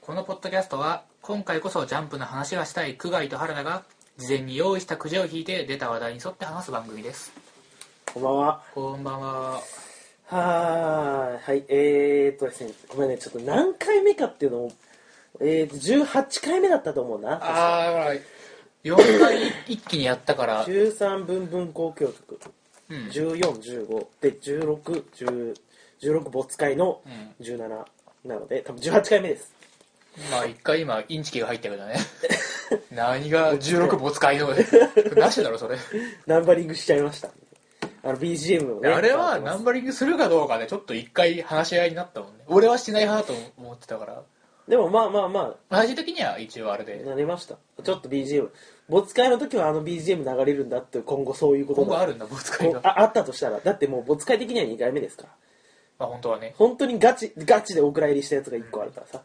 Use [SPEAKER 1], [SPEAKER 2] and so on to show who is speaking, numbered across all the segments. [SPEAKER 1] このポッドキャストは今回こそジャンプの話がしたい久我井と原田が事前に用意したくじを引いて出た話題に沿って話す番組です
[SPEAKER 2] こんばんは。
[SPEAKER 1] こんばんは
[SPEAKER 2] はーい。はい。えーっとですね、ごめんね、ちょっと何回目かっていうのを、えーっと、18回目だったと思うな。
[SPEAKER 1] ああ4回一気にやったから
[SPEAKER 2] 13分分交響曲、
[SPEAKER 1] うん
[SPEAKER 2] 14、15、で、16、10 16没会の17なので、多分18回目です。
[SPEAKER 1] まあ一回今インチキが入ったけ どね何が16ボツかいの なしだろそれ
[SPEAKER 2] ナンバリングしちゃいました。あの、BGM をね。
[SPEAKER 1] あれは
[SPEAKER 2] 使ってま
[SPEAKER 1] ナ
[SPEAKER 2] す
[SPEAKER 1] ンバリングするかどうかでちょっと一回話し合いになったもんね俺はしない派だと思ってたから
[SPEAKER 2] でもまあまあま
[SPEAKER 1] 最終的には一応あれ
[SPEAKER 2] あ、
[SPEAKER 1] で
[SPEAKER 2] なりました。ちょっと BGM。没会の時はあの BGM 流れるんだって、今後そういうこと
[SPEAKER 1] 今
[SPEAKER 2] が
[SPEAKER 1] 後あるんだボツかい
[SPEAKER 2] こ
[SPEAKER 1] が
[SPEAKER 2] ああったとしたらだってもうボツ会的には2回目ですから
[SPEAKER 1] まあ本当はね
[SPEAKER 2] 本当にガチガチでお蔵入りしたやつが1個あるからさ、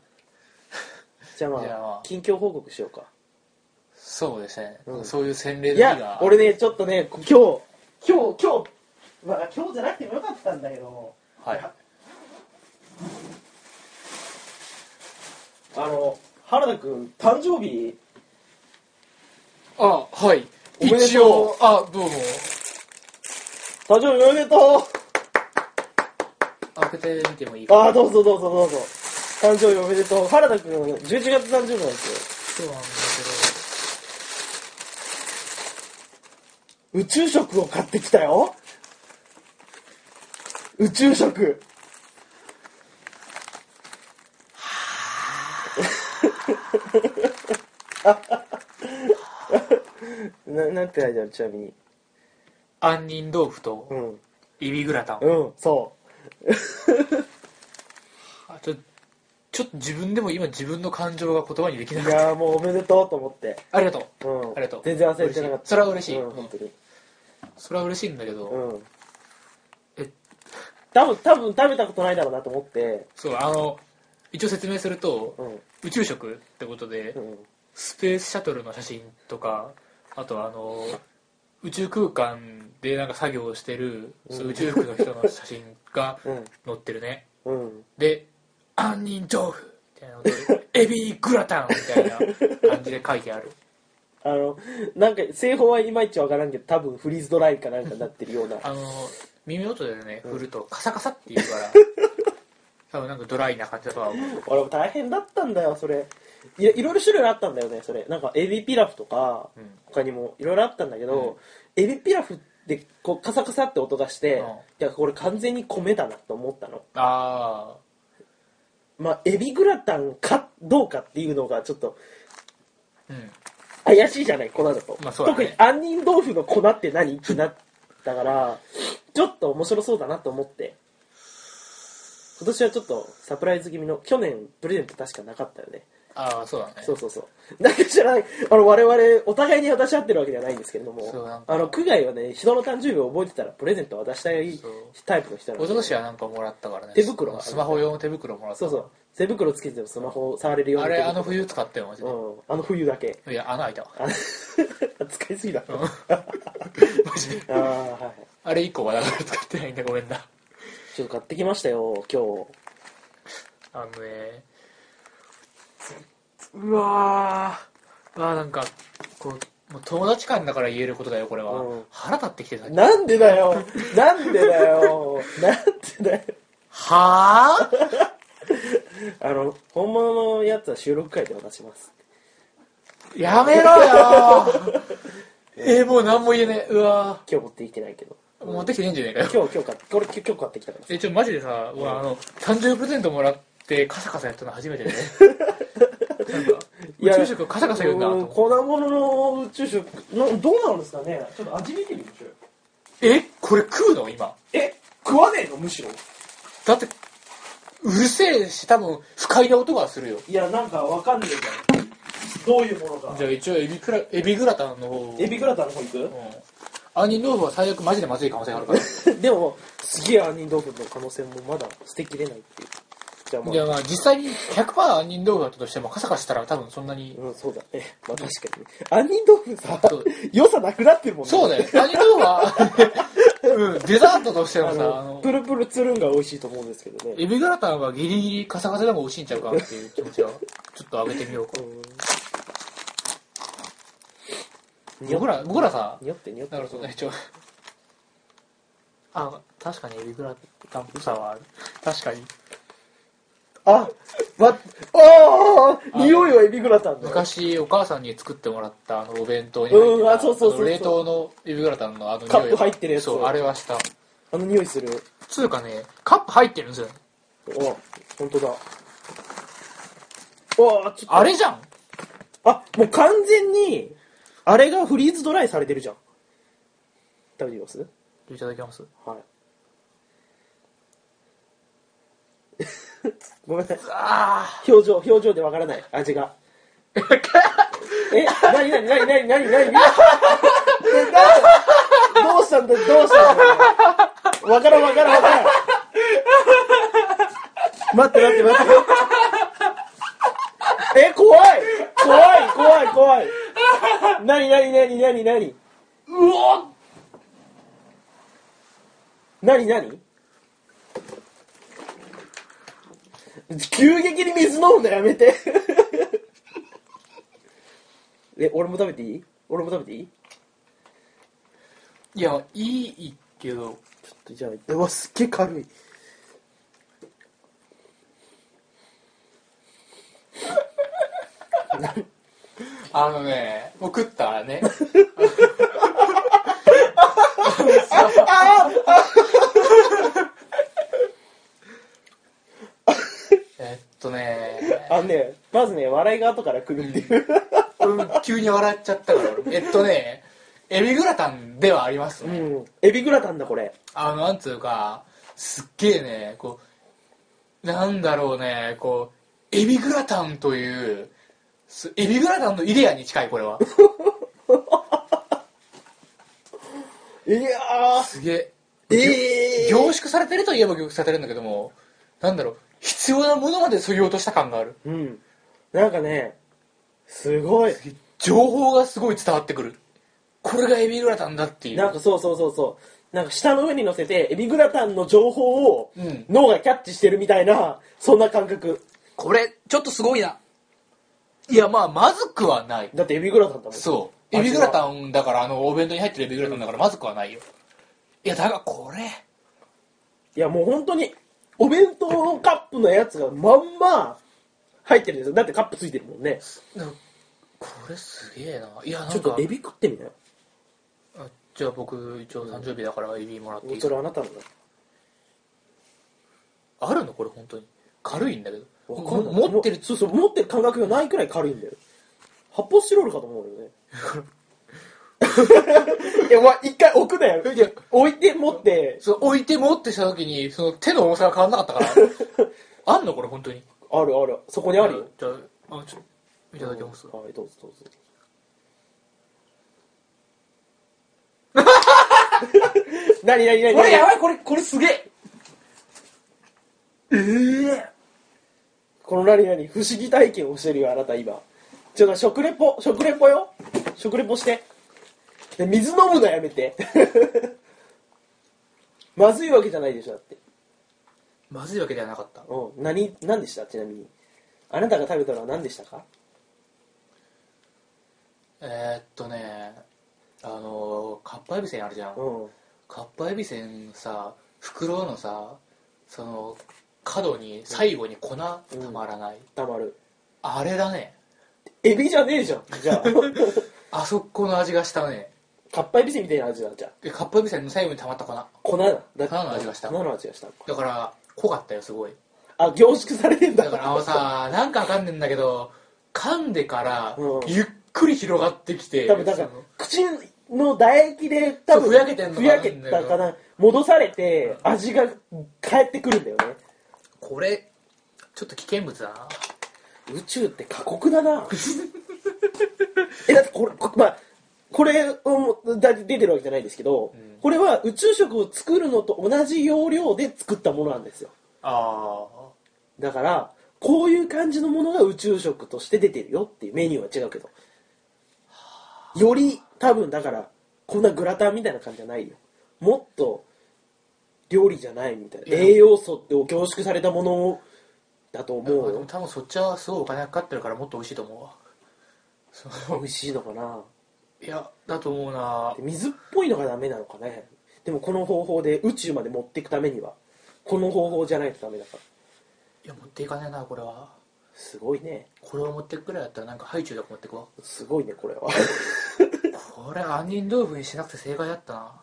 [SPEAKER 2] じゃあま
[SPEAKER 1] じゃあま
[SPEAKER 2] あ
[SPEAKER 1] あ
[SPEAKER 2] 近況報告しようか
[SPEAKER 1] そうですね、
[SPEAKER 2] うん
[SPEAKER 1] そういう洗礼の
[SPEAKER 2] い
[SPEAKER 1] 日
[SPEAKER 2] や
[SPEAKER 1] が
[SPEAKER 2] 俺ねちょっとねこ今日今日今日まあ今日じゃなくてもよかったんだけど
[SPEAKER 1] はい
[SPEAKER 2] あの原田君誕生日
[SPEAKER 1] あはい
[SPEAKER 2] おめでとう
[SPEAKER 1] 一応あどうも
[SPEAKER 2] 誕生日おめでと
[SPEAKER 1] 開けてみてもいいうか
[SPEAKER 2] ああどうぞどうぞどうぞ誕生日おめでとう原田君11月誕生日なんですよ
[SPEAKER 1] そうなんだけ
[SPEAKER 2] 宇宙食を買ってきたよ宇宙食 ななんて書いてあるちなみに
[SPEAKER 1] ど杏仁豆腐と
[SPEAKER 2] うん
[SPEAKER 1] エビグラタン、
[SPEAKER 2] うんそ
[SPEAKER 1] あちょちょっと自分でも今自分の感情が言葉にでき
[SPEAKER 2] う
[SPEAKER 1] ないかった
[SPEAKER 2] やーもうおめでとうと思って
[SPEAKER 1] ありがとう
[SPEAKER 2] うん
[SPEAKER 1] ありがとう
[SPEAKER 2] 全然忘れてなかった
[SPEAKER 1] それは嬉しい、
[SPEAKER 2] うん
[SPEAKER 1] うん
[SPEAKER 2] 本当に
[SPEAKER 1] それは嬉しいんだけど、
[SPEAKER 2] うん
[SPEAKER 1] え
[SPEAKER 2] 多分多分食べたことないだろうなと思って
[SPEAKER 1] そうあの一応説明すると、
[SPEAKER 2] うん
[SPEAKER 1] 宇宙食ってことで、
[SPEAKER 2] うん
[SPEAKER 1] スペースシャトルの写真とかあとあの宇宙空間でなんか作業をしてる、そう宇宙服の人の写真が
[SPEAKER 2] うん
[SPEAKER 1] 載ってるね
[SPEAKER 2] うん
[SPEAKER 1] で「杏仁豆腐」みたいなので「エビグラタン」みたいな感じで書いてあ る
[SPEAKER 2] あのなんか製法はいまいちわからんけど多分フリーズドライかなんかになってる ような
[SPEAKER 1] あの耳元でね振るとカサカサって言うから 多分なんかドライな感じだとは思う
[SPEAKER 2] 俺も大変だったんだよそれいやいろいろ種類あったんだよねそれなんかエビピラフとか、
[SPEAKER 1] ん
[SPEAKER 2] 他にもいろいろあったんだけど、エビピラフってこうカサカサって音がして、
[SPEAKER 1] うん
[SPEAKER 2] いやこれ完全に米だなと思ったの
[SPEAKER 1] あ
[SPEAKER 2] まあエビグラタンかどうかっていうのがちょっと
[SPEAKER 1] あうん
[SPEAKER 2] 怪しいじゃない粉だと、
[SPEAKER 1] まあそうだね
[SPEAKER 2] 特に杏仁豆腐の粉って何ってなったからちょっと面白そうだなと思って今年はちょっとサプライズ気味の去年プレゼント確かなかったよね
[SPEAKER 1] ああそうだね
[SPEAKER 2] そうそうそう。なんか知らない、あの、我々、お互いに渡し合ってるわけじゃないんですけれど
[SPEAKER 1] そうなん
[SPEAKER 2] も、
[SPEAKER 1] か
[SPEAKER 2] あの、区外はね、人の誕生日を覚えてたらプレゼントを渡したい
[SPEAKER 1] そう
[SPEAKER 2] タイプの人な
[SPEAKER 1] お
[SPEAKER 2] の
[SPEAKER 1] ととしはなんかもらったからね
[SPEAKER 2] 手袋
[SPEAKER 1] スマホ用の手袋もらった
[SPEAKER 2] そうそう。手袋つけててもスマホを触れるよう
[SPEAKER 1] あ
[SPEAKER 2] な手
[SPEAKER 1] れ
[SPEAKER 2] 袋。
[SPEAKER 1] あの冬使ったよマジで、
[SPEAKER 2] うん。あの冬だけ。
[SPEAKER 1] いや穴開いたわ
[SPEAKER 2] あ使いすぎだ。 あ
[SPEAKER 1] マジで
[SPEAKER 2] あ、はい。
[SPEAKER 1] あれ以降はだから使ってないんだごめんな
[SPEAKER 2] ちょっと買ってきましたよ、今
[SPEAKER 1] あのねうわーあーなんかこうもう友達間だから言えることだよこれは、
[SPEAKER 2] うん
[SPEAKER 1] 腹立ってきてさ
[SPEAKER 2] 日。なんでだよなんでだよなんでだよ
[SPEAKER 1] はあ
[SPEAKER 2] あの、本物のやつは収録回で渡します。
[SPEAKER 1] やめろよーえー、もう何も言えねえうわ
[SPEAKER 2] 今日持ってきてないけど。
[SPEAKER 1] ー持ってきてねえんじゃねえかよ
[SPEAKER 2] 今日、今日買って、これ今日買ってきたから。
[SPEAKER 1] えちょマジでさ、俺あの誕生日プレゼントもらってカサカサやったの初めてねなんか宇宙食をカサカサ言うんだと
[SPEAKER 2] う
[SPEAKER 1] 思
[SPEAKER 2] ん
[SPEAKER 1] って
[SPEAKER 2] 粉物の宇宙食のどうなんですかねちょっと味見てみましょうよ
[SPEAKER 1] えこれ食うの今
[SPEAKER 2] え食わねえのむしろ
[SPEAKER 1] だってうるせえし多分不快な音がするよ
[SPEAKER 2] いやなんかわかんねえからどういうものか
[SPEAKER 1] じゃあ一応エビクラエビグラタンの方を
[SPEAKER 2] エビグラタンの方
[SPEAKER 1] う
[SPEAKER 2] 行
[SPEAKER 1] ん杏仁豆腐は最悪マジでまずい可能性があるから
[SPEAKER 2] くでもすげえ杏仁豆腐の可能性もまだ捨てきれないっていうじゃあま
[SPEAKER 1] いや
[SPEAKER 2] あ
[SPEAKER 1] まあ実際に100%杏仁豆腐だったとしてもカサカサしたら多分そんなに
[SPEAKER 2] うん、そうだね。まあ確かにね。杏仁豆腐さ
[SPEAKER 1] そう、
[SPEAKER 2] 良さなくなってるもんね。
[SPEAKER 1] そうだよ杏仁豆腐 はうんデザートとして
[SPEAKER 2] あ
[SPEAKER 1] もさあ
[SPEAKER 2] の、
[SPEAKER 1] の
[SPEAKER 2] プルプルつるんが美味しいと思うんですけどね。
[SPEAKER 1] エビグラタンはギリギリカサカサでも美味しいんちゃうかっていう気持ちはちょっと上げてみようか
[SPEAKER 2] うん
[SPEAKER 1] 僕ら僕らさ
[SPEAKER 2] 匂って匂って
[SPEAKER 1] だからその一応あ確かにエビグラタンっぽさはある確かに
[SPEAKER 2] あわああ匂いはエビグラタンだよ
[SPEAKER 1] 昔お母さんに作ってもらったあのお弁当に
[SPEAKER 2] うん
[SPEAKER 1] 入ってた
[SPEAKER 2] あそうそうそうそう
[SPEAKER 1] の冷凍のエビグラタンのあの匂い
[SPEAKER 2] カップ入ってるやつ
[SPEAKER 1] そうあれはした
[SPEAKER 2] あの匂いする
[SPEAKER 1] つうかねカップ入ってるんですよ
[SPEAKER 2] お本当だおあちょっと
[SPEAKER 1] あれじゃん
[SPEAKER 2] あもう完全にあれがフリーズドライされてるじゃん食べてみます
[SPEAKER 1] いただきます
[SPEAKER 2] はい ごめんなさい
[SPEAKER 1] あ
[SPEAKER 2] 表情表情でわからない味がえなになになになになになにえな どうしたんだどうしたんだわからんわからんわからん待って待って待ってえ怖い怖い怖い怖いなになになになになに
[SPEAKER 1] うお
[SPEAKER 2] なになに急激に水飲むのやめてえ俺も食べていい俺も食べていい
[SPEAKER 1] いやいいけど
[SPEAKER 2] ちょっとじゃあうわすっげえ軽い
[SPEAKER 1] あのねもう食ったらね えっとね
[SPEAKER 2] あのねまずね笑いが後から来るっていう、
[SPEAKER 1] うん急に笑っちゃったから俺えっとねエビグラタンではありますね、
[SPEAKER 2] うん、エビグラタンだこれ
[SPEAKER 1] あのなんつうかすっげえねこうなんだろうねこうエビグラタンというすエビグラタンのイデアに近いこれはい
[SPEAKER 2] や
[SPEAKER 1] すげえ
[SPEAKER 2] ーえ
[SPEAKER 1] 凝縮されてるといえば凝縮されてるんだけどもなんだろう必要なものまで削ぎ落とした感がある
[SPEAKER 2] うんなんかねすごい
[SPEAKER 1] 情報がすごい伝わってくるこれがエビグラタンだっていう
[SPEAKER 2] なんかそうそうそうそうなんか舌の上に乗せてエビグラタンの情報を
[SPEAKER 1] うん
[SPEAKER 2] 脳がキャッチしてるみたいなそんな感覚
[SPEAKER 1] これちょっとすごいないやまあまずくはない
[SPEAKER 2] だってエビグラタンだもん
[SPEAKER 1] そう。
[SPEAKER 2] 味は
[SPEAKER 1] エビグラタンだから、あの、お弁当に入ってるエビグラタンだから、まずくはないよ。いや、だがこれ、
[SPEAKER 2] いやもう本当にお弁当のカップのやつがまんま入ってるんですよだってカップついてるもんね
[SPEAKER 1] これすげえな。いや、な
[SPEAKER 2] ちょ
[SPEAKER 1] ん
[SPEAKER 2] っと
[SPEAKER 1] か
[SPEAKER 2] エ、ビ食ってみなよ
[SPEAKER 1] あじゃあ僕、一応誕生日だからエビもらっていい
[SPEAKER 2] それあなたのだ
[SPEAKER 1] あるのこれ、本当に。軽いんだけど。
[SPEAKER 2] わかんない
[SPEAKER 1] も持ってる
[SPEAKER 2] もうそうそう持ってる感覚がないくらい軽いんだよ発泡スチロールかと思うよね いやお前一回置くなよ置いて持って
[SPEAKER 1] そう置いて持ってした時に、その手の重さが変わらなか ったから。あんのこれ、本当に。
[SPEAKER 2] あるあるそこにあるよ
[SPEAKER 1] じゃあ、あ、ちょっと、いただきます。
[SPEAKER 2] はいどうぞどうぞ なになになに
[SPEAKER 1] これやばい、これ、これすげえええ
[SPEAKER 2] この何々不思議体験をしてるよあなた今ちょっと食レポ食レポよ食レポしてで水飲むのやめて まずいわけじゃないでしょだって
[SPEAKER 1] まずいわけではなかった。
[SPEAKER 2] うん何何でしたちなみにあなたが食べたのは何でしたか
[SPEAKER 1] えー、っとねあのー、かっぱえびせんあるじゃん
[SPEAKER 2] うん
[SPEAKER 1] かっぱえびせんのさ袋のさその角に最後に粉たまらない、
[SPEAKER 2] たまる
[SPEAKER 1] あれだね
[SPEAKER 2] エビじゃねえじゃん じゃ
[SPEAKER 1] あそこの味がしたね
[SPEAKER 2] あかっぱえびせんみたいな味だじゃあ
[SPEAKER 1] でかっぱえびせんの最後にたまった粉だ
[SPEAKER 2] 粉だだって
[SPEAKER 1] 粉の味がした
[SPEAKER 2] 粉の味がした
[SPEAKER 1] から濃かったよすごい
[SPEAKER 2] あ凝縮されてんだ
[SPEAKER 1] だからあの さなんかわかんねえんだけど噛んでから
[SPEAKER 2] うん
[SPEAKER 1] ゆっくり広がってきて、
[SPEAKER 2] 多分だから口の唾液で多分
[SPEAKER 1] そうふやけてんのか
[SPEAKER 2] ふやけたかな戻されて味が返ってくるんだよね
[SPEAKER 1] これちょっと危険物だな
[SPEAKER 2] 宇宙って過酷 だなえだってこれこまあこれをもだ出てるわけじゃないですけど、
[SPEAKER 1] うん
[SPEAKER 2] これは宇宙食を作るのと同じ要領で作ったものなんですよ
[SPEAKER 1] ああ
[SPEAKER 2] だからこういう感じのものが宇宙食として出てるよっていうメニューは違うけどより多分だからこんなグラタンみたいな感じじゃないよもっと料理じゃないみたいな栄養素って凝縮されたものだと思
[SPEAKER 1] で
[SPEAKER 2] う
[SPEAKER 1] も
[SPEAKER 2] よ
[SPEAKER 1] 多分そっちはすごいお金がかかってるからもっと美味しいと思うわそ
[SPEAKER 2] 美味しいのかな
[SPEAKER 1] ういやだと思うな
[SPEAKER 2] で水っぽいのがダメなのかねでもこの方法で宇宙まで持っていくためにはこの方法じゃないとダメだから
[SPEAKER 1] いや持っていかねえなこれは
[SPEAKER 2] すごいね
[SPEAKER 1] これを持ってくくらいだったらなんかハイチュウとか持ってくわ
[SPEAKER 2] すごいねこれは
[SPEAKER 1] これ杏仁豆腐にしなくて正解だったな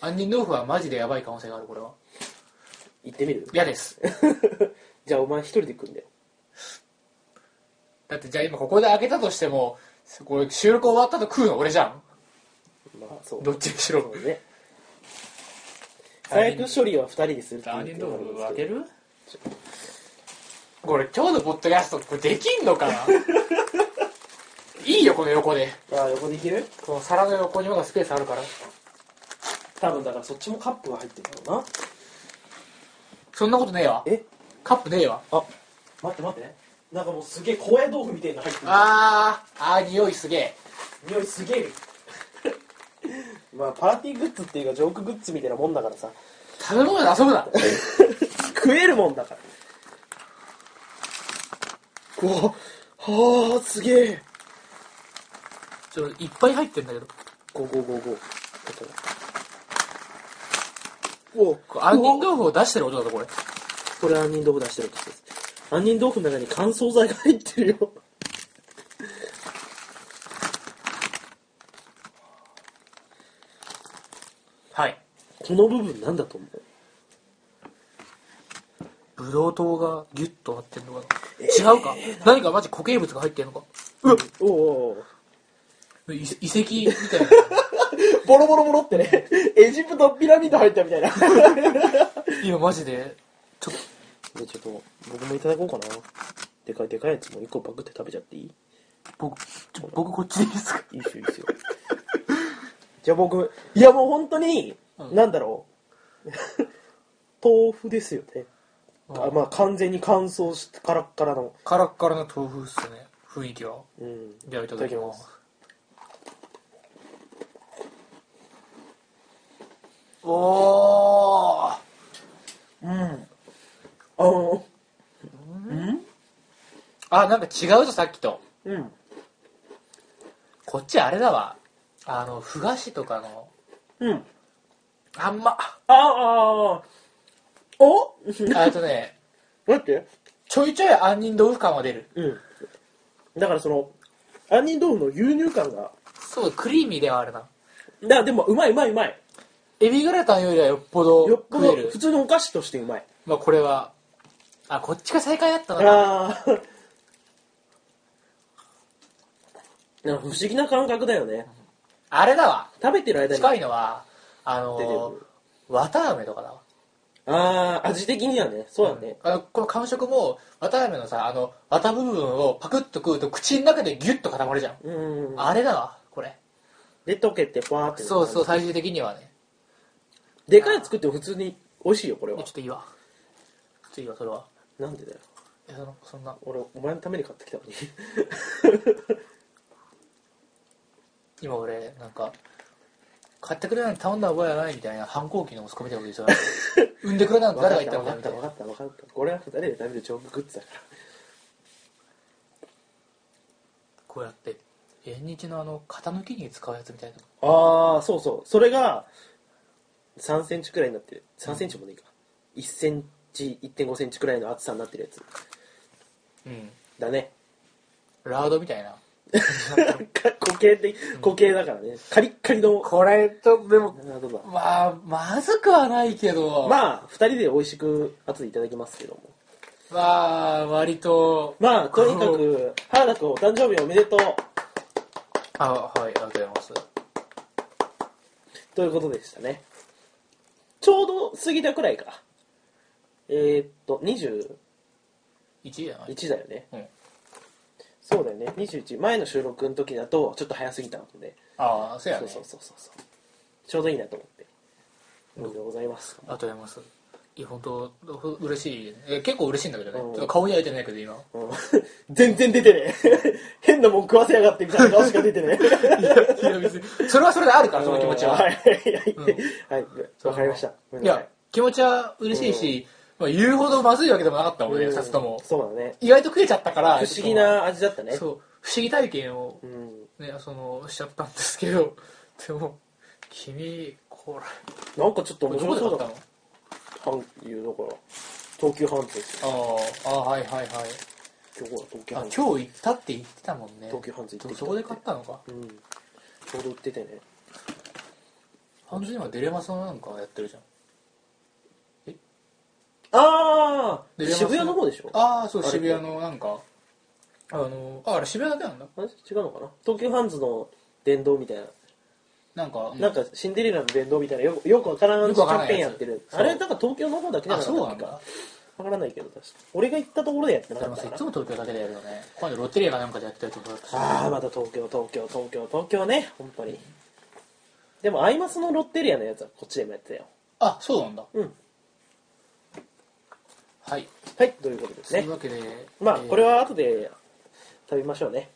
[SPEAKER 1] 杏仁豆腐はマジでやばい可能性があるこれは
[SPEAKER 2] 行ってみる
[SPEAKER 1] 嫌です
[SPEAKER 2] じゃあお前一人で行くんだよ
[SPEAKER 1] だってじゃあ今ここで開けたとしてもこれ収録終わったと食うの俺じゃん
[SPEAKER 2] まあそう
[SPEAKER 1] どっちにしろ
[SPEAKER 2] そうね最悪処理は二人でするって
[SPEAKER 1] 杏
[SPEAKER 2] いう
[SPEAKER 1] 仁
[SPEAKER 2] のがあ
[SPEAKER 1] 豆
[SPEAKER 2] るん
[SPEAKER 1] 腐
[SPEAKER 2] です
[SPEAKER 1] 開け
[SPEAKER 2] けど
[SPEAKER 1] るこれ今日のポッドキャストこれできんのかな いいよこの横で
[SPEAKER 2] ああ横でいける
[SPEAKER 1] この皿の横にまだスペースあるから
[SPEAKER 2] 多分だからそっちもカップが入ってるんだろうな
[SPEAKER 1] そんなことねえわ
[SPEAKER 2] え
[SPEAKER 1] カップねえわ
[SPEAKER 2] あ待って待ってなんかもうすげえ高野豆腐みたいなの入ってる
[SPEAKER 1] あーあー匂いすげえ
[SPEAKER 2] 匂いすげえ まあパーティーグッズっていうかジョークグッズみたいなもんだ からさ
[SPEAKER 1] 食べ物で遊ぶな
[SPEAKER 2] 食えるもんだからうわはあすげえ
[SPEAKER 1] ちょっといっぱい入ってんだけど
[SPEAKER 2] ゴーゴーゴーゴーお
[SPEAKER 1] これ杏仁豆腐を出してる音だぞこれ
[SPEAKER 2] これ杏仁豆腐出してるとです杏仁豆腐の中に乾燥剤が入ってるよ
[SPEAKER 1] はい
[SPEAKER 2] この部分なんだと思う
[SPEAKER 1] ブドウ糖がギュッとなってんのかな違うか何かマジ固形物が入ってんのか
[SPEAKER 2] おおう
[SPEAKER 1] い遺跡みたいな
[SPEAKER 2] ボロボロボロってね エジプトピラミッド入ったみたいなじゃ
[SPEAKER 1] いやマジでちょっ
[SPEAKER 2] あちょっと僕もいただこうかなでかいでかいやつも一個パクって食べちゃっていい
[SPEAKER 1] と僕ちょ僕こっちでいいですか
[SPEAKER 2] いいっすよいいっす よじゃあ僕いやもう本当に、
[SPEAKER 1] うん
[SPEAKER 2] なんだろ う豆腐ですよねあまあ完全に乾燥してカラッカラの
[SPEAKER 1] カラッカラの豆腐っすね雰囲気は
[SPEAKER 2] うん
[SPEAKER 1] じゃあいただきますおー
[SPEAKER 2] うんあの
[SPEAKER 1] あなんか違うぞさっきと
[SPEAKER 2] うん
[SPEAKER 1] こっちあれだわあのふ菓子とかの
[SPEAKER 2] うん
[SPEAKER 1] あんま
[SPEAKER 2] ああお
[SPEAKER 1] あとね
[SPEAKER 2] 待って
[SPEAKER 1] ちょいちょい杏仁豆腐感は出る
[SPEAKER 2] うんだからその杏仁豆腐の牛乳感が
[SPEAKER 1] そうクリーミーではあるな
[SPEAKER 2] だでもうまいうまいうまい
[SPEAKER 1] エビグラタンよりはよっぽど
[SPEAKER 2] よっぽど
[SPEAKER 1] 食える
[SPEAKER 2] 普通のお菓子としてうまい
[SPEAKER 1] まあこれはあこっちが正解だったな
[SPEAKER 2] ああ。 なんか不思議な感覚だよね。
[SPEAKER 1] あれだわ
[SPEAKER 2] 食べてる間に。
[SPEAKER 1] 近いのはあ
[SPEAKER 2] 出て
[SPEAKER 1] の
[SPEAKER 2] くる
[SPEAKER 1] 綿あめとかだわ
[SPEAKER 2] ああ、味的にはね。そうだね。
[SPEAKER 1] あのこの感触も綿あめのさあの綿部分をパクッと食うと口の中でギュッと固まるじゃん、
[SPEAKER 2] うん。
[SPEAKER 1] あれだわこれ
[SPEAKER 2] で、溶けて、ふわーって。
[SPEAKER 1] そうそう。最終的にはね
[SPEAKER 2] でかいやつ食っても普通に美味しいよ、これ
[SPEAKER 1] ちょ
[SPEAKER 2] は
[SPEAKER 1] っ。といいわちょっといいわそれは
[SPEAKER 2] なんでだよ。
[SPEAKER 1] いやそのそんな
[SPEAKER 2] 俺、お前のために買ってきたのに。
[SPEAKER 1] 今俺なんか買ってくれないの頼んだ覚えはないみたいな反抗期の息子みたいなこと言って た産んでくれないの誰が言ったの
[SPEAKER 2] わか
[SPEAKER 1] か
[SPEAKER 2] っ
[SPEAKER 1] み
[SPEAKER 2] た、
[SPEAKER 1] たい
[SPEAKER 2] わ
[SPEAKER 1] な
[SPEAKER 2] かった、わかった。これは二人で食べるジョークグッズだから。
[SPEAKER 1] こうやって縁日のあの傾きに使うやつみたいな
[SPEAKER 2] ああ、そうそう。それが、3センチくらいになってる。3センチもねいいか。1センチ、1.5センチくらいの厚さになってるやつ。
[SPEAKER 1] うん
[SPEAKER 2] だね。
[SPEAKER 1] ラードみたいな
[SPEAKER 2] か固形的固形だからねカリッカリの
[SPEAKER 1] これとでも
[SPEAKER 2] なるほど
[SPEAKER 1] まあまずくはないけどま
[SPEAKER 2] まあ2人で美味しく後でいただきますけども
[SPEAKER 1] あ割と
[SPEAKER 2] まあとにかく原田君お誕生日おめでとう
[SPEAKER 1] あはいありがとうございます
[SPEAKER 2] ということでしたねちょうど過ぎたくらいかえー、っと21
[SPEAKER 1] 1位じゃない
[SPEAKER 2] だよね
[SPEAKER 1] うん
[SPEAKER 2] そうだよね21前の収録の時だとちょっと早すぎたので、
[SPEAKER 1] ああそうや
[SPEAKER 2] そ
[SPEAKER 1] ね
[SPEAKER 2] うそうそうそうそうちょうどいいなと思っておめでとうございます、
[SPEAKER 1] ありがとうございますいや本当ほ嬉しいねえ結構嬉しいんだけどね、
[SPEAKER 2] うん
[SPEAKER 1] ちょっと顔には出てないけど今
[SPEAKER 2] うん 全然出てねえ 変なもん食わせやがってみたいな顔しか出てねえ
[SPEAKER 1] いや別にそれはそれである からその気持ちは
[SPEAKER 2] はい、はい、はい、わかりました。ごめ
[SPEAKER 1] い
[SPEAKER 2] んなさ
[SPEAKER 1] や
[SPEAKER 2] い。
[SPEAKER 1] 気持ちは嬉しいし、まあ、言うほどまずいわけでもなかったもんね、
[SPEAKER 2] うん
[SPEAKER 1] 2つとも
[SPEAKER 2] そうだね
[SPEAKER 1] 意外と食えちゃったから
[SPEAKER 2] 不思議な味だったね
[SPEAKER 1] そう不思議体験を
[SPEAKER 2] うん
[SPEAKER 1] ねそのしちゃったんですけど でも君これ
[SPEAKER 2] なんかちょっと
[SPEAKER 1] これ
[SPEAKER 2] 面
[SPEAKER 1] どこ
[SPEAKER 2] 白
[SPEAKER 1] で
[SPEAKER 2] そ
[SPEAKER 1] 買
[SPEAKER 2] う
[SPEAKER 1] っ
[SPEAKER 2] だ
[SPEAKER 1] た
[SPEAKER 2] な
[SPEAKER 1] の
[SPEAKER 2] 阪急だから東急阪急ですよ
[SPEAKER 1] あーあーはいはいはい
[SPEAKER 2] 今日は東急
[SPEAKER 1] あ
[SPEAKER 2] 阪急
[SPEAKER 1] 今日行ったって言ってたもんね
[SPEAKER 2] 東急ハンズ行ってきたって
[SPEAKER 1] そこで買ったのか
[SPEAKER 2] うんちょうど売っててね
[SPEAKER 1] ハンズ今デレマソなんかやってるじゃん
[SPEAKER 2] ああ
[SPEAKER 1] デレマソ
[SPEAKER 2] 渋谷の方でしょ
[SPEAKER 1] ああそう
[SPEAKER 2] あれ
[SPEAKER 1] 渋谷のなんかあのああれ渋谷だけなんだ
[SPEAKER 2] あれ違うのかな東急ハンズの殿堂みたいな、
[SPEAKER 1] なんか、うん
[SPEAKER 2] なんかシンデレラの殿堂みたいなよよくわからん
[SPEAKER 1] よ
[SPEAKER 2] キ
[SPEAKER 1] くわからな
[SPEAKER 2] ャン
[SPEAKER 1] い
[SPEAKER 2] ペーン
[SPEAKER 1] や
[SPEAKER 2] や
[SPEAKER 1] つ
[SPEAKER 2] ってる
[SPEAKER 1] そう
[SPEAKER 2] あれなんか東京の方だけじゃ
[SPEAKER 1] あ
[SPEAKER 2] なか
[SPEAKER 1] そうなん
[SPEAKER 2] ったっ
[SPEAKER 1] だ
[SPEAKER 2] けわからないけど確か俺が行ったところでやってな
[SPEAKER 1] で
[SPEAKER 2] か
[SPEAKER 1] も
[SPEAKER 2] っ
[SPEAKER 1] さ
[SPEAKER 2] た
[SPEAKER 1] い
[SPEAKER 2] か
[SPEAKER 1] つ
[SPEAKER 2] な
[SPEAKER 1] も東京だけでやるよね今度ロッテリアかなんかでやってたりとか
[SPEAKER 2] ああまた東京東京東京東京ね本当にでもアイマスのロッテリアのやつはこっちでもやってたよ
[SPEAKER 1] あそうなんだ
[SPEAKER 2] うん
[SPEAKER 1] はい
[SPEAKER 2] はいということです
[SPEAKER 1] とい
[SPEAKER 2] ね
[SPEAKER 1] うわけで
[SPEAKER 2] まあ
[SPEAKER 1] えー
[SPEAKER 2] これは後で食べましょうね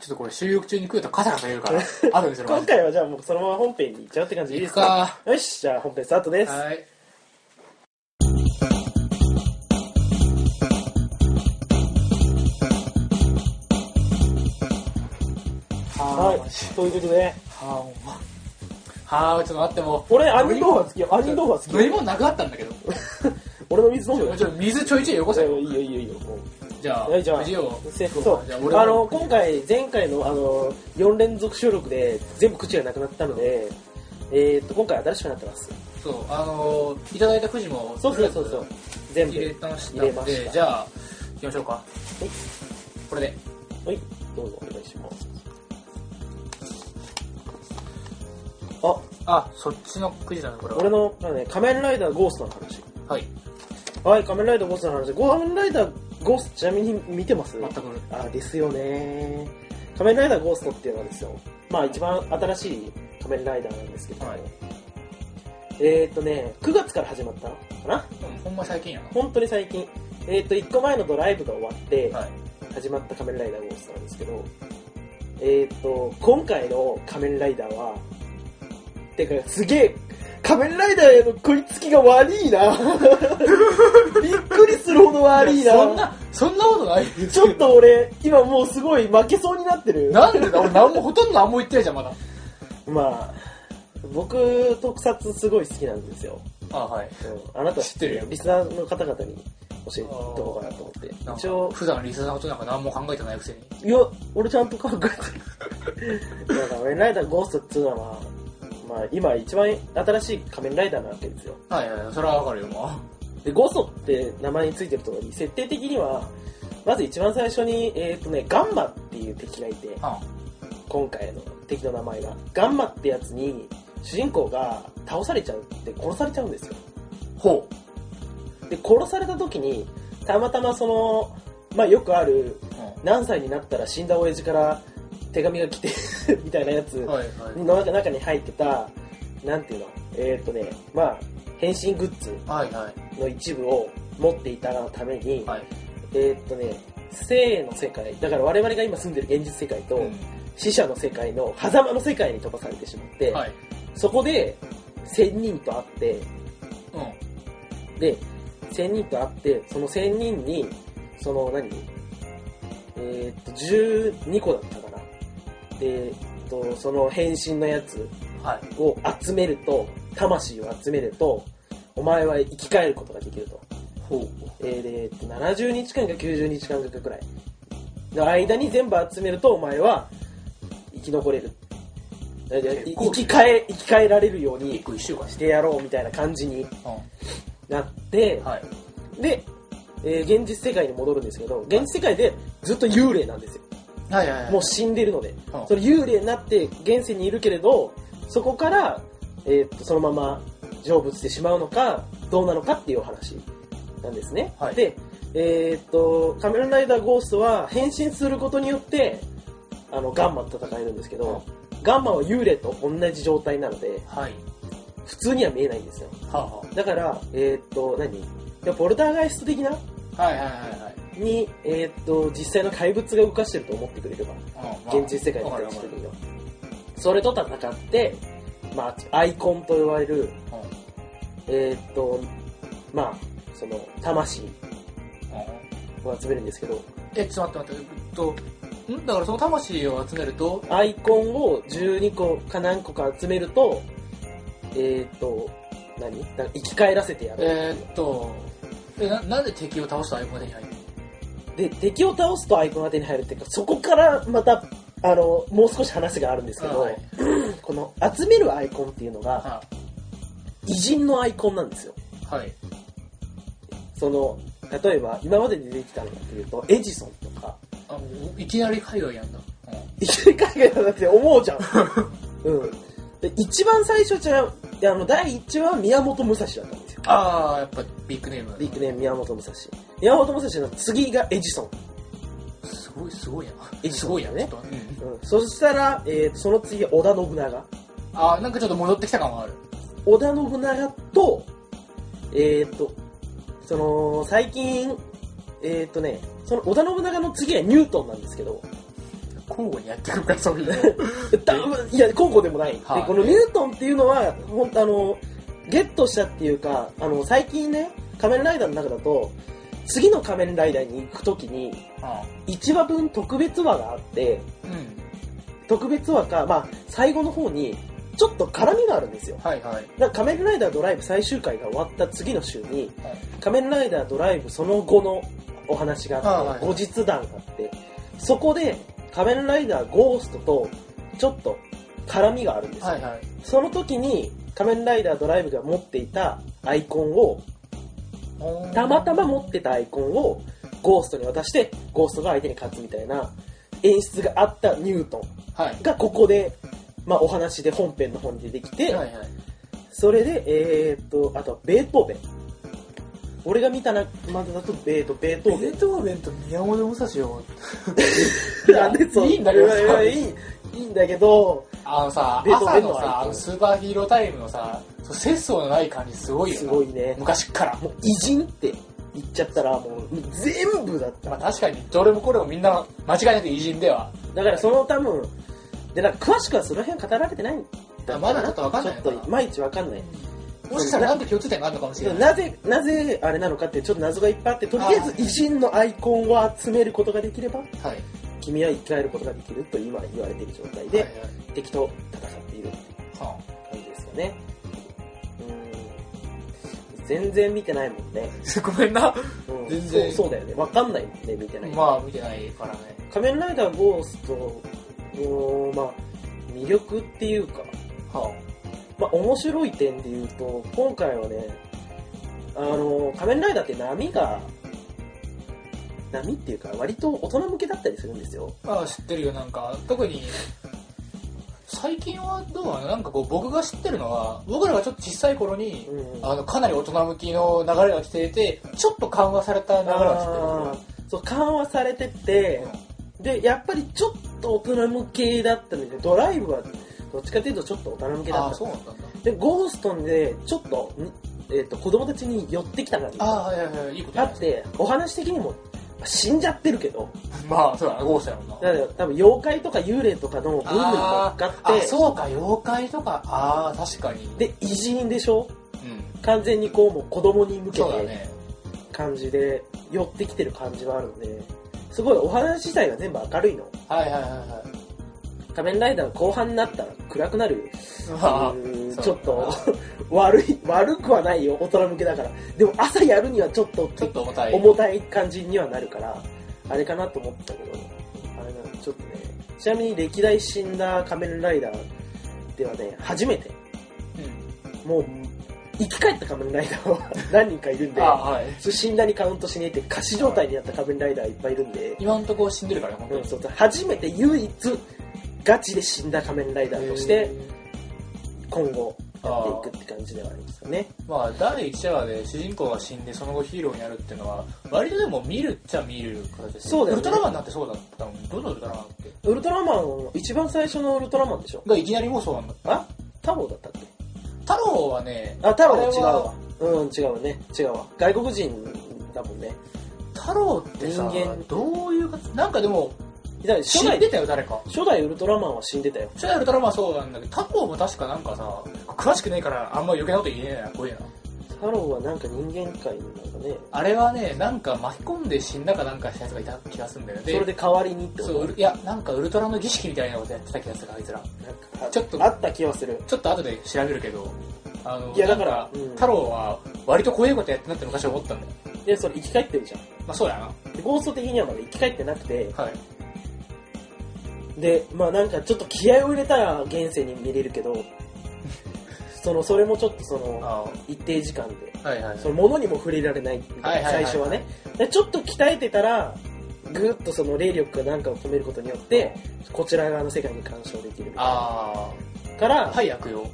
[SPEAKER 1] ちょっとこれ収録中に食うとカサカサ言う からあるんですよマ
[SPEAKER 2] 今
[SPEAKER 1] ジで
[SPEAKER 2] 回はじゃあもうそのまま本編に行っちゃうって感じでいいです
[SPEAKER 1] 行
[SPEAKER 2] かよしじゃあ本編スタートです
[SPEAKER 1] はい
[SPEAKER 2] は
[SPEAKER 1] はーマジ
[SPEAKER 2] いということで
[SPEAKER 1] はーまはーちょっと待ってもう
[SPEAKER 2] 俺杏仁豆腐は好きよ杏仁豆腐は好き
[SPEAKER 1] 飲み物なくなったんだけど
[SPEAKER 2] 俺の水飲むよ
[SPEAKER 1] ちょっと水ちょいちょいよこせよ
[SPEAKER 2] いいよいいよいいよもう
[SPEAKER 1] じゃあ
[SPEAKER 2] はいじゃあ
[SPEAKER 1] 藤を
[SPEAKER 2] せ
[SPEAKER 1] 食おう
[SPEAKER 2] そ
[SPEAKER 1] じゃあ俺
[SPEAKER 2] うあの今回前回のあの4連続収録で全部口がなくなったのでえーっと今回新しくなってます
[SPEAKER 1] そうあのーいただいたくじも
[SPEAKER 2] そうそうそうそう全部
[SPEAKER 1] 入れまし
[SPEAKER 2] 入れま
[SPEAKER 1] たん
[SPEAKER 2] し
[SPEAKER 1] で
[SPEAKER 2] た
[SPEAKER 1] じゃあ行きましょうか
[SPEAKER 2] い
[SPEAKER 1] これで
[SPEAKER 2] はいどうぞお願いしますあ
[SPEAKER 1] あそっちのくじだねこれは
[SPEAKER 2] 俺の、まあね、仮面ライダーゴーストの話
[SPEAKER 1] はい
[SPEAKER 2] はい仮面ライダーゴーストの話仮面ライダーゴーストちなみに見てます
[SPEAKER 1] 全く
[SPEAKER 2] あですよね仮面ライダーゴーストっていうのはですよまあ一番新しい仮面ライダーなんですけども、
[SPEAKER 1] はい
[SPEAKER 2] えーっとね9月から始まったのかな
[SPEAKER 1] うんほんま最近やな
[SPEAKER 2] 本当に最近えーっと1個前のドライブが終わって
[SPEAKER 1] はい
[SPEAKER 2] 始まった仮面ライダーゴーストなんですけどえーっと今回の仮面ライダーはてかすげえ仮面ライダーへの食いつきが悪 いなびっくりするほど悪いな
[SPEAKER 1] そんなそんなことないです
[SPEAKER 2] ちょっと俺今もうすごい負けそうになってる
[SPEAKER 1] なんでだ俺何もほとんど何も言ってないじゃんまだ
[SPEAKER 2] まあ、僕、特撮すごい好きなんですよ。
[SPEAKER 1] あはい
[SPEAKER 2] うんあなた
[SPEAKER 1] 知ってるよ
[SPEAKER 2] リスナーの方々に教えておこうかなと思って。
[SPEAKER 1] なんか
[SPEAKER 2] 一応、
[SPEAKER 1] 普段リスナーのことなんか何も考えてないくせに
[SPEAKER 2] いや、俺ちゃんと考 えてる。だから、仮面ライダーゴーストっていうのは、まあ、まあ、今一番新しい仮面ライダーなわけですよ。
[SPEAKER 1] はいはいそれはわかるよま
[SPEAKER 2] で、ゴーストって名前についてるとり設定的には、まず一番最初に、えっ、とね、ガンマっていう敵がいて、
[SPEAKER 1] あ
[SPEAKER 2] 今回の敵の名前が。ガンマってやつに、主人公が倒されちゃうって殺されちゃうんですよ。
[SPEAKER 1] うんほう
[SPEAKER 2] で殺された時にたまたまその、まあ、よくある
[SPEAKER 1] う
[SPEAKER 2] 何歳になったら死んだ親父から手紙が来て みたいなやつ
[SPEAKER 1] んはいはい
[SPEAKER 2] の中中に入ってたなんていうのえーっとねまあ変身グッズ
[SPEAKER 1] はいはい
[SPEAKER 2] の一部を持っていたがために、
[SPEAKER 1] はい
[SPEAKER 2] えーっとね生の世界だから我々が今住んでる現実世界と、
[SPEAKER 1] うん
[SPEAKER 2] 死者の世界の狭間の世界に飛ばされてしまって、
[SPEAKER 1] はい
[SPEAKER 2] そこで仙人と会って
[SPEAKER 1] うん
[SPEAKER 2] で、仙人と会って、その仙人に、その何、えーっと、12個だったかな。で、えっと、その変身のやつ
[SPEAKER 1] はい
[SPEAKER 2] を集めると、魂を集めると、お前は生き返ることができると。
[SPEAKER 1] ほう
[SPEAKER 2] えーで、えっと、70日間か90日間かくらい。の間に全部集めると、お前は生き残れる。えで
[SPEAKER 1] 結構
[SPEAKER 2] 生き返、生き返られるよう
[SPEAKER 1] 一
[SPEAKER 2] に
[SPEAKER 1] 個一週間
[SPEAKER 2] してやろうみたいな感じに
[SPEAKER 1] う
[SPEAKER 2] なって、
[SPEAKER 1] んはい
[SPEAKER 2] で、えー現実世界に戻るんですけど、現実世界でずっと幽霊なんですよ。
[SPEAKER 1] はいはいはい
[SPEAKER 2] もう死んでるので。
[SPEAKER 1] うん
[SPEAKER 2] それ幽霊になって現世にいるけれど、そこから、えーっと、そのまま成仏してしまうのか、どうなのかっていうお話なんですね。
[SPEAKER 1] はい
[SPEAKER 2] で、えーっと、仮面ライダーゴーストは変身することによって、あの、ガンマと戦えるんですけど、ガンマは幽霊と同じ状態なので、
[SPEAKER 1] はい
[SPEAKER 2] 普通には見えないんですよ。
[SPEAKER 1] はあは
[SPEAKER 2] だから、えーっと、何ポルターガイスト的な
[SPEAKER 1] あはいはいはいはい
[SPEAKER 2] に、えーっと実際の怪物が動かしてると思ってくれれば現実世界に
[SPEAKER 1] わか
[SPEAKER 2] 対
[SPEAKER 1] るわか
[SPEAKER 2] して
[SPEAKER 1] る
[SPEAKER 2] るよそれと戦って、まあ、アイコンと呼ばれる、えーっとまあ、その、魂を集めるんですけど、
[SPEAKER 1] えちょっと待って待ってえっとんだからその魂を集めると
[SPEAKER 2] アイコンを12個か何個か集めると、えっ、と、何だ生き返らせてやるっていう
[SPEAKER 1] えーっとえななんで敵を倒したアイコンが手に入る
[SPEAKER 2] で、敵を倒すとアイコンが手に入るっていうか、そこからまた、あの、もう少し話があるんですけど、
[SPEAKER 1] はい
[SPEAKER 2] この集めるアイコンっていうのが、
[SPEAKER 1] は
[SPEAKER 2] 偉人のアイコンなんですよ。
[SPEAKER 1] はい
[SPEAKER 2] その、例えば、今まででできたのっていうと、エジソンとか、
[SPEAKER 1] あもういきなり海外やんだ、
[SPEAKER 2] いきなり海外だって思うじゃん。うん。で、一番最初じゃ、あの、第1話は宮本武蔵だったんですよ。
[SPEAKER 1] ああやっぱビッグネーム
[SPEAKER 2] ビッグネーム宮本武蔵。宮本武蔵の次がエジソン。
[SPEAKER 1] すごいすごいや
[SPEAKER 2] え
[SPEAKER 1] なすごいや
[SPEAKER 2] そうだね
[SPEAKER 1] ねちょっと、うん、
[SPEAKER 2] うん。そしたら、えーと、その次は織田信長。
[SPEAKER 1] あーなんかちょっと戻ってきた感はある
[SPEAKER 2] 織田信長と、えー、っと、その、最近、えー、っとね、その織田信長の次はニュートンなんですけど、
[SPEAKER 1] 交互にやってくるからそういうの
[SPEAKER 2] だいや、交互でもない。で
[SPEAKER 1] はい、
[SPEAKER 2] このニュートンっていうのは、本当あの、ゲットしたっていうか、あの、最近ね、仮面ライダーの中だと、次の仮面ライダーに行くときに、1話分特別話があって、
[SPEAKER 1] うんうん
[SPEAKER 2] 特別話か、まあ、最後の方に、ちょっと絡みがあるんですよ。
[SPEAKER 1] はいはい
[SPEAKER 2] なんか仮面ライダードライブ最終回が終わった次の週に、
[SPEAKER 1] はい
[SPEAKER 2] 仮面ライダードライブその後のお話が
[SPEAKER 1] ああ
[SPEAKER 2] あ
[SPEAKER 1] は
[SPEAKER 2] っ
[SPEAKER 1] い
[SPEAKER 2] て、
[SPEAKER 1] はい
[SPEAKER 2] 後日談があって、そこで仮面ライダーゴーストとちょっと絡みがあるんですよ。
[SPEAKER 1] はいはい
[SPEAKER 2] その時に仮面ライダードライブが持っていたアイコンを、
[SPEAKER 1] おー
[SPEAKER 2] たまたま持ってたアイコンをゴーストに渡して、ゴーストが相手に勝つみたいな演出があったニュートン
[SPEAKER 1] はい
[SPEAKER 2] がここで、まあお話で本編の方に出てきて、
[SPEAKER 1] はいはい
[SPEAKER 2] それで、えー、っと、あとはベートーベン。俺が見たな、までだと、えー、っと、ベートーベン。
[SPEAKER 1] トーベンと宮本武蔵を
[SPEAKER 2] なんでそう
[SPEAKER 1] いいんだけど
[SPEAKER 2] いやいやいい、いいんだけど、
[SPEAKER 1] あのさ
[SPEAKER 2] ベートー
[SPEAKER 1] 朝
[SPEAKER 2] ベンの
[SPEAKER 1] のさ
[SPEAKER 2] アイコン
[SPEAKER 1] あのスーパーヒーロータイムのさそう節操のない感じすごいよ
[SPEAKER 2] す
[SPEAKER 1] な
[SPEAKER 2] ごいね。
[SPEAKER 1] 昔っから
[SPEAKER 2] もう偉人って言っちゃったら、もう全部だった。
[SPEAKER 1] まあ確かにどれもこれもみんな間違いなく偉人では
[SPEAKER 2] だからその多分、で、なんか詳しくはその辺語られてないんだ
[SPEAKER 1] まだちょっとわかんない
[SPEAKER 2] ち
[SPEAKER 1] の
[SPEAKER 2] ょっ
[SPEAKER 1] か
[SPEAKER 2] と
[SPEAKER 1] ない
[SPEAKER 2] まいちわかんない。
[SPEAKER 1] もしかしたらなんか共通点があるのかもしれない
[SPEAKER 2] なぜ、なぜあれなのかってちょっと謎がいっぱいあって、とりあえず偉人のアイコンを集めることができれば、
[SPEAKER 1] はい
[SPEAKER 2] 君は生き返ることができると今言われている状態
[SPEAKER 1] で、
[SPEAKER 2] で、
[SPEAKER 1] はいはい
[SPEAKER 2] 敵と戦っている
[SPEAKER 1] は
[SPEAKER 2] 感じですかね。うん。全然見てないもんね。
[SPEAKER 1] あごめんな
[SPEAKER 2] うん、
[SPEAKER 1] 全然
[SPEAKER 2] そうそうだよね。わかんないもんね、見てない。
[SPEAKER 1] まあ見てないからね
[SPEAKER 2] 仮面ライダーゴーストの、まあ、魅力っていうか、
[SPEAKER 1] は
[SPEAKER 2] まあ、面白い点で言うと、今回はね、あの、仮面ライダーって波が、波っていうか、割と大人向けだったりするんですよ。
[SPEAKER 1] あああ知ってるよなんか特に最近はどうなのなんかこう僕が知ってるのは僕らがちょっと小さい頃に
[SPEAKER 2] うん
[SPEAKER 1] あのかなり大人向きの流れが来ていてちょっと緩和された流れが
[SPEAKER 2] あーそう、緩和されてて、
[SPEAKER 1] 来てる
[SPEAKER 2] で、やっぱりちょっと大人向けだったので、ドライブはどっちかというとちょっと大人向けだ
[SPEAKER 1] あ
[SPEAKER 2] っ
[SPEAKER 1] あ
[SPEAKER 2] た。
[SPEAKER 1] そうだったんだ
[SPEAKER 2] で、ゴーストンでちょっと、んえっ、と、子供たちに寄ってきた感じ
[SPEAKER 1] あ
[SPEAKER 2] が
[SPEAKER 1] あはいはいはいいいこと
[SPEAKER 2] あ
[SPEAKER 1] や
[SPEAKER 2] って、お話的にも、まあ死んじゃってるけど、
[SPEAKER 1] まあそうだなゴーストやもんな
[SPEAKER 2] だから多分妖怪とか幽霊とかのブームに乗っか
[SPEAKER 1] あーあ
[SPEAKER 2] っ
[SPEAKER 1] そうか妖怪とかああ確かに
[SPEAKER 2] て、で、偉人でしょ
[SPEAKER 1] うん
[SPEAKER 2] 完全にこうもう子供に向け
[SPEAKER 1] そうだ
[SPEAKER 2] て
[SPEAKER 1] ね
[SPEAKER 2] 感じで寄ってきてる感じはあるので、すごいお話自体が全部明るいの。
[SPEAKER 1] はいはいはいは
[SPEAKER 2] 仮面ライダーの後半になったら暗くなる
[SPEAKER 1] いまあ
[SPEAKER 2] うーん
[SPEAKER 1] そう
[SPEAKER 2] ちょっと 悪い悪くはないよ大人向けだからでも朝やるにはちょっと
[SPEAKER 1] ちょっと重たい
[SPEAKER 2] 重たい感じにはなるからあれかなと思ったけどあれなのちょっとねちなみに歴代死んだ仮面ライダーではね初めて
[SPEAKER 1] うん
[SPEAKER 2] もう生き返った仮面ライダーは何人かいるんで
[SPEAKER 1] ああはい
[SPEAKER 2] そう死んだにカウントしねえって仮死状態になった仮面ライダーいっぱいいるんで、
[SPEAKER 1] 今んとこ死んでるからね本当
[SPEAKER 2] う
[SPEAKER 1] に
[SPEAKER 2] ん、そうそう初めて唯一ガチで死んだ仮面ライダーとして今後やっていくって感じではありますかね。
[SPEAKER 1] まあ第1話で主人公が死んでその後ヒーローになるっていうのは割とでも見るっちゃ見る形です
[SPEAKER 2] そうだよ
[SPEAKER 1] ウ
[SPEAKER 2] ね
[SPEAKER 1] ルトラマンなんてそうだったもんどのウルトラマンだっけ
[SPEAKER 2] ウルトラマンの一番最初のウルトラマンでしょ
[SPEAKER 1] がいきなりもうそうなんだ
[SPEAKER 2] あ太郎だったっけ
[SPEAKER 1] 太郎はね
[SPEAKER 2] あ、太郎
[SPEAKER 1] あれは
[SPEAKER 2] 違うわ。うん、違うね。違うわ。外国人だもんね。
[SPEAKER 1] 太郎ってさ
[SPEAKER 2] 人間
[SPEAKER 1] どういうかなんかでも
[SPEAKER 2] だから初
[SPEAKER 1] 死んで
[SPEAKER 2] 代、
[SPEAKER 1] たよ誰か
[SPEAKER 2] 初代ウルトラマンは死んでたよ。
[SPEAKER 1] 初代ウルトラマンはそうなんだけど、タコも確かなんかさ、詳しくねえからあんま余計なこと言えないな、怖えな。
[SPEAKER 2] 太郎はなんか人間界のなんかね、
[SPEAKER 1] あれはねなんか巻き込んで死んだかなんかしたやつがいた気がするんだよね
[SPEAKER 2] それで代わりにって
[SPEAKER 1] そう
[SPEAKER 2] 思
[SPEAKER 1] ウ
[SPEAKER 2] う
[SPEAKER 1] ルいやなんかウルトラの儀式みたいなことやってた気がするあいつら
[SPEAKER 2] なんか
[SPEAKER 1] ちょっと
[SPEAKER 2] あった気はする。
[SPEAKER 1] ちょっと後で調べるけどあの
[SPEAKER 2] いやだから
[SPEAKER 1] なん
[SPEAKER 2] うん
[SPEAKER 1] 太郎は割と怖いことやってなって昔は思ったんだよ
[SPEAKER 2] で、それ生き返ってるじゃん。
[SPEAKER 1] まあそうやな
[SPEAKER 2] で、ゴースト的にはまだ生き返ってなくて、
[SPEAKER 1] はい
[SPEAKER 2] で、まあなんかちょっと気合を入れたら現世に見れる けど、その、それもちょっとその、
[SPEAKER 1] あ
[SPEAKER 2] 一定時間で、
[SPEAKER 1] あはいはい
[SPEAKER 2] そのものにも触れられないみたいな、
[SPEAKER 1] はいはいはいはい
[SPEAKER 2] 最初はね。でちょっと鍛えてたら、ぐーっとその霊力かなんかを止めることによって、こちら側の世界に干渉できるみたいな。
[SPEAKER 1] あ
[SPEAKER 2] から、
[SPEAKER 1] あはい悪用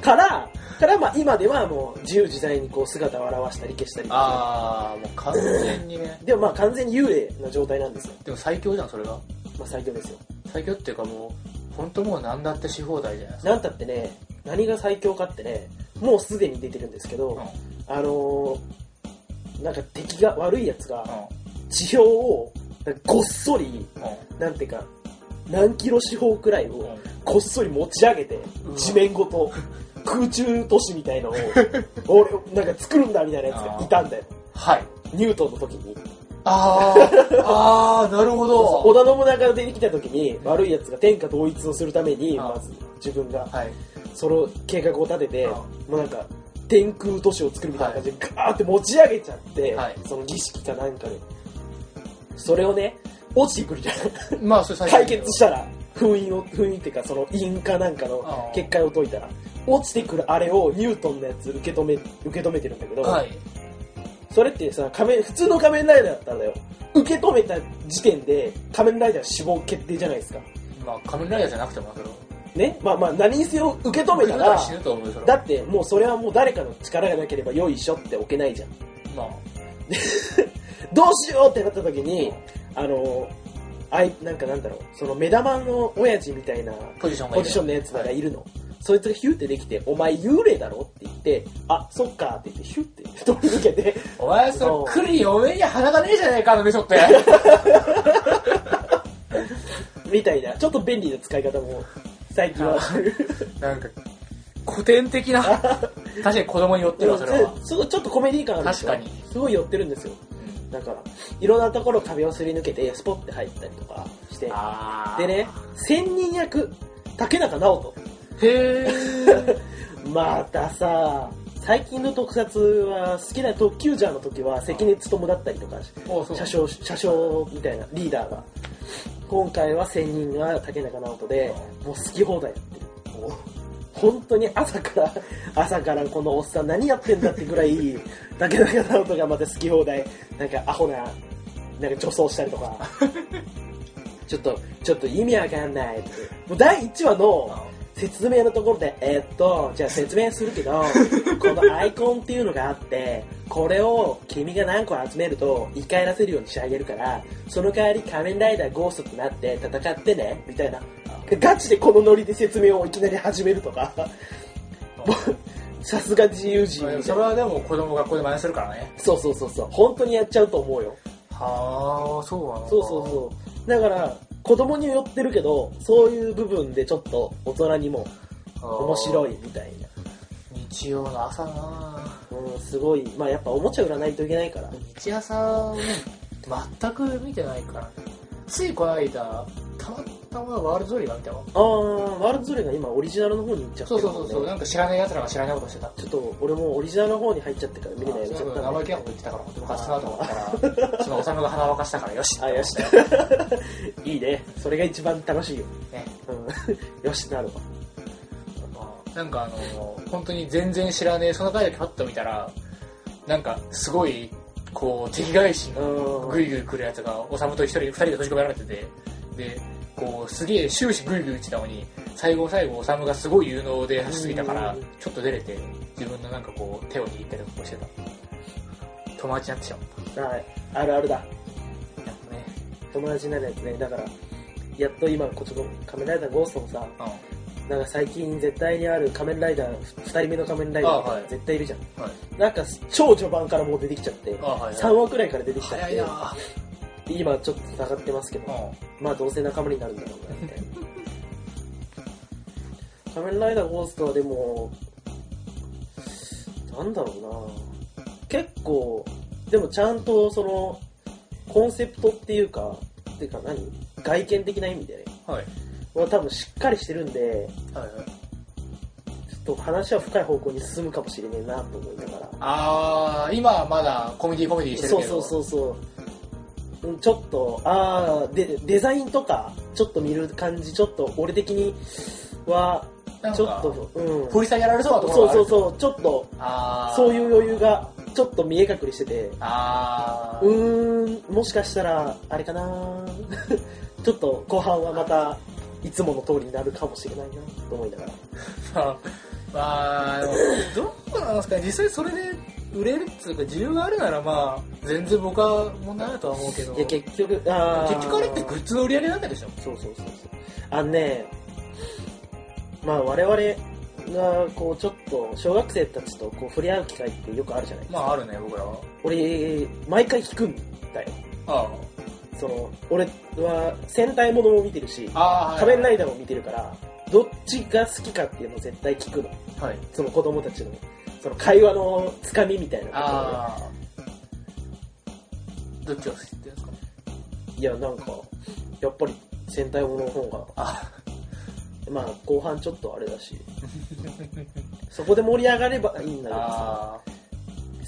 [SPEAKER 2] から、からまあ今ではもう自由自在にこう姿を現したり消したりできる
[SPEAKER 1] ああもう完全にね
[SPEAKER 2] でもまあ完全に幽霊な状態なんですよ。
[SPEAKER 1] でも最強じゃんそれが
[SPEAKER 2] まあ最強ですよ。
[SPEAKER 1] 最強っていうかもう本当もう何だってし放題じゃないですか
[SPEAKER 2] なんたってね、何が最強かってね、もうすでに出てるんですけど、
[SPEAKER 1] うん
[SPEAKER 2] あのー、なんか敵が、悪い奴
[SPEAKER 1] う
[SPEAKER 2] が、
[SPEAKER 1] ん
[SPEAKER 2] 地表を、ごっそり、
[SPEAKER 1] う
[SPEAKER 2] なんていうか、何キロ四方くらい
[SPEAKER 1] んう
[SPEAKER 2] を、
[SPEAKER 1] ん
[SPEAKER 2] こっそり持ち上げて
[SPEAKER 1] うわ、
[SPEAKER 2] 地面ごと、空中都市みたい のを、俺、なんか作るんだみたいなやつがいたんだよ。
[SPEAKER 1] はい
[SPEAKER 2] ニュートンの時に。
[SPEAKER 1] ああああなるほ
[SPEAKER 2] 織
[SPEAKER 1] ど
[SPEAKER 2] 田信長が出てきた時に悪い奴が天下統一をするために
[SPEAKER 1] ああ
[SPEAKER 2] まず自分が
[SPEAKER 1] はい
[SPEAKER 2] その計画を立てて
[SPEAKER 1] ああ
[SPEAKER 2] もうなんか天空都市を作るみたいな感じでガーって持ち上げちゃって
[SPEAKER 1] はい
[SPEAKER 2] その儀式かなんかでそれをね落ちてくるじゃん
[SPEAKER 1] まあそれ最強
[SPEAKER 2] 解決したら封印を封印っていうかその印かなんか
[SPEAKER 1] あ
[SPEAKER 2] の
[SPEAKER 1] あ
[SPEAKER 2] 結界を解いたら落ちてくるあれをニュートンのやつ受け止め受け止めてるんだけど、
[SPEAKER 1] はい
[SPEAKER 2] それってさ仮面普通の仮面ライダーだったんだよ受け止めた時点で仮面ライダー死亡決定じゃないですか
[SPEAKER 1] まあ仮面ライダーじゃなくてもなそれは
[SPEAKER 2] ねまあまあ何にせよ受け止めた
[SPEAKER 1] ら
[SPEAKER 2] ら
[SPEAKER 1] 死ぬと思うよそれは
[SPEAKER 2] だってもうそれはもう誰かの力がなければよいしょって置けないじゃん
[SPEAKER 1] まあ
[SPEAKER 2] どうしようってなった時にあのあいなんかなんだろうその目玉の親父みたいな
[SPEAKER 1] ポジションがいい
[SPEAKER 2] ポジションのやつらがいるの、そいつがヒュってできて「お前幽霊だろ?」って言って「あそっか」って言ってヒュって飛び抜けて
[SPEAKER 1] お前それクリおめに鼻がねえじゃねえかあのメソって
[SPEAKER 2] みたいなちょっと便利な使い方も最近はしてる
[SPEAKER 1] なんか古典的 な確かに子供に寄ってるわそれは
[SPEAKER 2] うんすごいちょっとコメディ感あるんですよ
[SPEAKER 1] 確かに
[SPEAKER 2] すごい寄ってるんですよ
[SPEAKER 1] うん
[SPEAKER 2] だからいろんなところ壁をすり抜けてスポッて入ったりとかして
[SPEAKER 1] あー
[SPEAKER 2] でね千人役竹中直
[SPEAKER 1] へえ
[SPEAKER 2] 人またさ最近の特撮は好きな特急ジャーの時は関根勤だったりとか
[SPEAKER 1] おそう
[SPEAKER 2] 車掌車掌みたいなリーダーが今回は千人が竹中直人でもう好き放題やってる本当に朝から、 朝からこのおっさん何やってんだってぐらい、竹中直人がまた好き放題、なんかアホな、なんか女装したり とか、ちょっと、ちょっと意味わかんないって。もう第1話の説明のところで、えーっと、じゃあ説明する けど、このアイコンっていうのがあって、これを君が何個集めると、言い返らせるように仕上げるから、その代わり仮面ライダーゴーストとなって戦ってね、みたいな。ガチでこのノリで説明をいきなり始める とか、さすが自由人みたいな
[SPEAKER 1] それはでも子供学校で真似するからね
[SPEAKER 2] そうそうそうそう、本当にやっちゃうと思うよ。
[SPEAKER 1] はあそうなのか
[SPEAKER 2] そうそうそう。だから、子供に寄ってるけど、そういう部分でちょっと大人にも面白
[SPEAKER 1] い
[SPEAKER 2] いみたいな。
[SPEAKER 1] 日曜の朝な
[SPEAKER 2] うん、すごい。まあやっぱおもちゃ売らないといけないから。
[SPEAKER 1] 日朝をね全く見てないからねついこの間たまたまワールドトリガー見たわ
[SPEAKER 2] あー、ワールドゾレが今オリジナルの方に行っちゃって
[SPEAKER 1] そう
[SPEAKER 2] る
[SPEAKER 1] そ
[SPEAKER 2] も
[SPEAKER 1] うんそうそ
[SPEAKER 2] ね
[SPEAKER 1] うなんか知らない奴らが知らないことしてた
[SPEAKER 2] ちょっと俺もオリジナルの方に入っちゃってから見れないようになっち
[SPEAKER 1] そ
[SPEAKER 2] ゃ
[SPEAKER 1] う
[SPEAKER 2] っ
[SPEAKER 1] そう
[SPEAKER 2] たん
[SPEAKER 1] 生
[SPEAKER 2] だ
[SPEAKER 1] 意気なこと言ってたから僕はそうだと思ったらそのおさむが鼻沸かしたからよし
[SPEAKER 2] あ、よし。 いいね。それが一番楽しいよ。
[SPEAKER 1] ね
[SPEAKER 2] うん。 よし、なるわ。
[SPEAKER 1] まあなんかあの本当に全然知らねえその回だけパッと見たらなんかすごいこう敵返し
[SPEAKER 2] う
[SPEAKER 1] の
[SPEAKER 2] ん。
[SPEAKER 1] グイグイ来るやつがおさむと一人二人で閉じ込められててでこうすげえ終始グイグイ打ちたのに最後最後おさむがすごい有能で走りすぎたから
[SPEAKER 2] うん
[SPEAKER 1] ちょっと出れて自分のなんかこう手を握ったりとかしてた友達になってしまっ
[SPEAKER 2] はい。あるあるだ。
[SPEAKER 1] たやっぱね
[SPEAKER 2] 友達になるやつねだからやっと今こっちの仮面ライダーゴーストもさ
[SPEAKER 1] う
[SPEAKER 2] なんか最近絶対にある仮面ライダー2人目の仮面ライダー
[SPEAKER 1] あは
[SPEAKER 2] が
[SPEAKER 1] い
[SPEAKER 2] 絶対いるじゃん、
[SPEAKER 1] んはい
[SPEAKER 2] なんか超序盤からもう出てきちゃって
[SPEAKER 1] あはい
[SPEAKER 2] 3話くらいから出てきちゃっ
[SPEAKER 1] 早い
[SPEAKER 2] て
[SPEAKER 1] なあ
[SPEAKER 2] 今ちょっと戦ってますけ
[SPEAKER 1] う
[SPEAKER 2] ど
[SPEAKER 1] ん
[SPEAKER 2] まあどうせ仲間になるんだろうなみたいな仮面ライダーゴーストはでもなんだろうな結構、でもちゃんとその、コンセプトっていうか、っていうか何外見的な意味でね。
[SPEAKER 1] はい
[SPEAKER 2] は多分しっかりしてるんで、
[SPEAKER 1] はいはい
[SPEAKER 2] ちょっと話は深い方向に進むかもしれねえなと思いながら。
[SPEAKER 1] ああ今はまだコメディコメディしてる
[SPEAKER 2] そう
[SPEAKER 1] けど
[SPEAKER 2] そうそううそううん。ちょっと、ああ、で、デザインとか、ちょっと見る感じ、ちょっと、俺的には、
[SPEAKER 1] なんか
[SPEAKER 2] ちょっと、うん。
[SPEAKER 1] 掘り下げられそうなところ
[SPEAKER 2] そう
[SPEAKER 1] がある
[SPEAKER 2] そうそう、ちょっと、
[SPEAKER 1] ああ
[SPEAKER 2] そういう余裕が、ちょっと見え隠れしてて、
[SPEAKER 1] ああ
[SPEAKER 2] うーん、もしかしたら、あれかな ちょっと、後半はまた、いつもの通りになるかもしれないな、と思いながら。
[SPEAKER 1] まあ、まあ、でもどうなんですかね、実際それで売れるっていうか、需要があるなら、まあ、全然僕は問題ないとは思うけど、
[SPEAKER 2] いや、
[SPEAKER 1] 結
[SPEAKER 2] 結局、あー
[SPEAKER 1] 局あれってグッズの売り上げなんでしょ
[SPEAKER 2] そうそうそうそう。あのね、まあ我々がこうちょっと小学生たちとこう触れ合う機会ってよくあるじゃないですか。
[SPEAKER 1] まあ、あるね、僕らは。
[SPEAKER 2] 俺、毎回聞くんだよ。
[SPEAKER 1] あ
[SPEAKER 2] その、俺は戦隊ものも見てるし、
[SPEAKER 1] あ、ああ、
[SPEAKER 2] 仮面
[SPEAKER 1] い。
[SPEAKER 2] ライダーも見てるから、どっちが好きかっていうのを絶対聞くの。
[SPEAKER 1] はい。
[SPEAKER 2] その子供たちの、その会話のつかみみたいなとこ
[SPEAKER 1] あ
[SPEAKER 2] ろで
[SPEAKER 1] あ。どっちが好きって言うんですか
[SPEAKER 2] いや、なんか、やっぱり戦隊ものの方が、
[SPEAKER 1] あ
[SPEAKER 2] まあ後半ちょっとあれ だし、そこで盛り上がればいいんだけどさ。
[SPEAKER 1] あ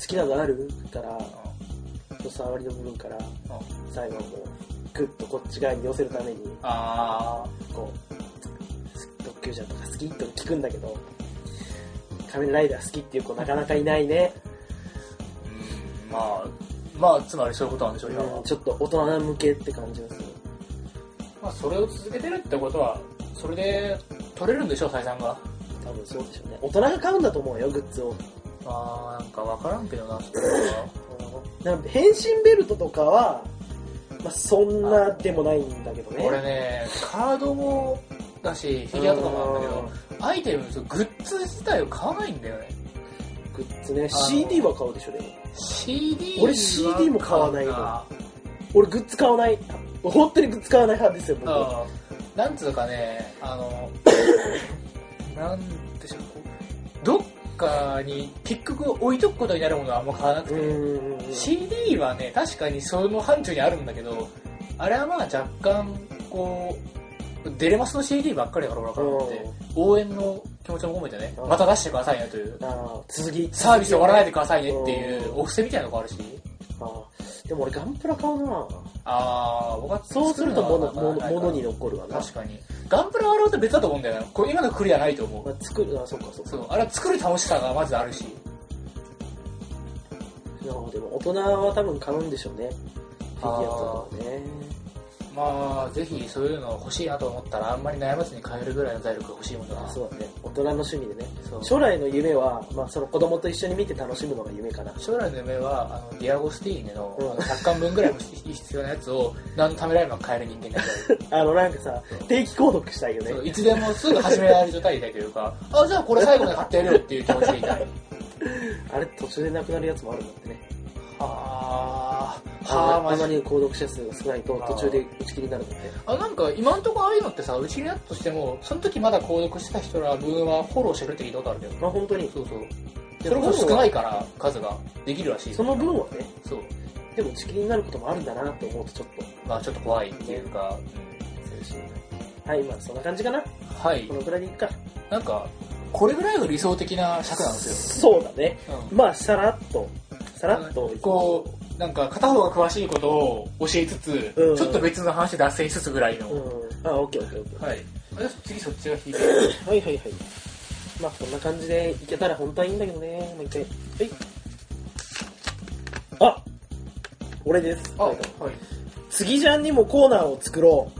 [SPEAKER 2] 好きなのあるから、
[SPEAKER 1] あ。
[SPEAKER 2] と触りの部分から、
[SPEAKER 1] あ
[SPEAKER 2] 最後はこう、グッとこっち側に寄せるために、
[SPEAKER 1] あ
[SPEAKER 2] こう、特急車とか好きとか聞くんだけど、仮面ライダー好きっていう子なかなかいないね。
[SPEAKER 1] ー。うん、まあ、まあ、つまりそういうことなんでしょう、今は
[SPEAKER 2] うんちょっと大人向けって感じがする。
[SPEAKER 1] まあ、それを続けてるってことは、それで取れるんでしょう、採算が。
[SPEAKER 2] 多分そうでしょうね。大人が買うんだと思うよ、グッズを。
[SPEAKER 1] まあ、なんかわからんけどな、それは。
[SPEAKER 2] なんか変身ベルトとかは、まあそんなでもないんだけどね。
[SPEAKER 1] 俺ね、カードもだし、フィギュアとかもなんだ
[SPEAKER 2] うん
[SPEAKER 1] けど、アイテム、そうグッズ自体を買わないんだよね。
[SPEAKER 2] グッズね、CD は買うでしょ、でも。
[SPEAKER 1] CD
[SPEAKER 2] 俺 CD も買わないの
[SPEAKER 1] あ
[SPEAKER 2] 俺グッズ買わない。本当にグッズ買わない派ですよ、僕。
[SPEAKER 1] あなんつうかね、あ の、なんでしょう、こう、どっかに結局置いとくことになるものはあんま買わなく
[SPEAKER 2] う
[SPEAKER 1] て、
[SPEAKER 2] ーん
[SPEAKER 1] CD はね、確かにその範疇にあるんだけど、あれはまあ若干、こう、デレマスの CD ばっかりだから俺は買って、応援の気持ちも込めてね、
[SPEAKER 2] うん
[SPEAKER 1] また出してくださいねという、
[SPEAKER 2] あー続き
[SPEAKER 1] サービス終わらない
[SPEAKER 2] で
[SPEAKER 1] でくださいねっていううんお布施みたいなのがあるし、
[SPEAKER 2] でも俺ガンプラ買うな
[SPEAKER 1] ああ、僕は
[SPEAKER 2] そうするとものものものに
[SPEAKER 1] の
[SPEAKER 2] 残るわな、
[SPEAKER 1] 確かに。ガンプラはあれは別だと思うんだよな。これ今のクリアないと思
[SPEAKER 2] ま
[SPEAKER 1] う。
[SPEAKER 2] あ、作るあそっかそっか
[SPEAKER 1] そう、あれは作る楽しさがまずあるし、
[SPEAKER 2] いやでも大人は多分買うんでしょうねフィギュアとかもね
[SPEAKER 1] まあ、ぜひそういうの欲しいなと思ったら、あんまり悩まずに買えるぐらいの財力が欲しいもの
[SPEAKER 2] あ
[SPEAKER 1] だ
[SPEAKER 2] そうだね大人の趣味でね
[SPEAKER 1] そう
[SPEAKER 2] 将来の夢は、まあ、その子供と一緒に見て楽しむのが夢かな
[SPEAKER 1] 将来の夢は、あの、ディアゴスティーネの、
[SPEAKER 2] うん
[SPEAKER 1] あの100巻分ぐらいの必要なやつ を、何のためらいも買える人間になりたい。
[SPEAKER 2] あのなんかさ定期購読したいよね
[SPEAKER 1] そういつでもすぐ始められる状態でというか、あ、じゃあ これ最後まで買ってやるよっていう気持ちでい たい。
[SPEAKER 2] あれ途中でなくなるやつもあるんだってね
[SPEAKER 1] はあ、
[SPEAKER 2] あ
[SPEAKER 1] は
[SPEAKER 2] の
[SPEAKER 1] あ、
[SPEAKER 2] あま
[SPEAKER 1] マジ。
[SPEAKER 2] りに購読者数が少ないと途中で打ち切りになるんだって
[SPEAKER 1] あ、なんか今んとこああいうのってさ、うちにあったとしても、その時まだ購読してた人ら分はフォローしてるって聞いたことあるけど。
[SPEAKER 2] まあ本当に
[SPEAKER 1] そうそう。それこそ少ないから、数ができるらしい。
[SPEAKER 2] その分はね
[SPEAKER 1] そう。
[SPEAKER 2] でも打ち切りになることもあるんだなと思うとちょっと
[SPEAKER 1] まあちょっと怖いっていうか、うん
[SPEAKER 2] 寂しいなはいまあそんな感じかな
[SPEAKER 1] はい
[SPEAKER 2] こ。のくらいでいくか
[SPEAKER 1] なんか、これぐらいが理想的な尺なんです
[SPEAKER 2] そうだね
[SPEAKER 1] よ。うん
[SPEAKER 2] まあさらっとさらっと
[SPEAKER 1] こう、なんか片方が詳しいことを教えつつ、
[SPEAKER 2] うん
[SPEAKER 1] ちょっと別の話で脱線しつつぐらいの。
[SPEAKER 2] うんあオッケーオッケーオッケー
[SPEAKER 1] はい。あ次そっちが引いて。
[SPEAKER 2] はいはいはいまあそんな感じでいけたら本当はいいんだけどねもう一回はいあ俺です
[SPEAKER 1] あ、は
[SPEAKER 2] はい
[SPEAKER 1] い。
[SPEAKER 2] 次じゃんにもコーナーを作ろ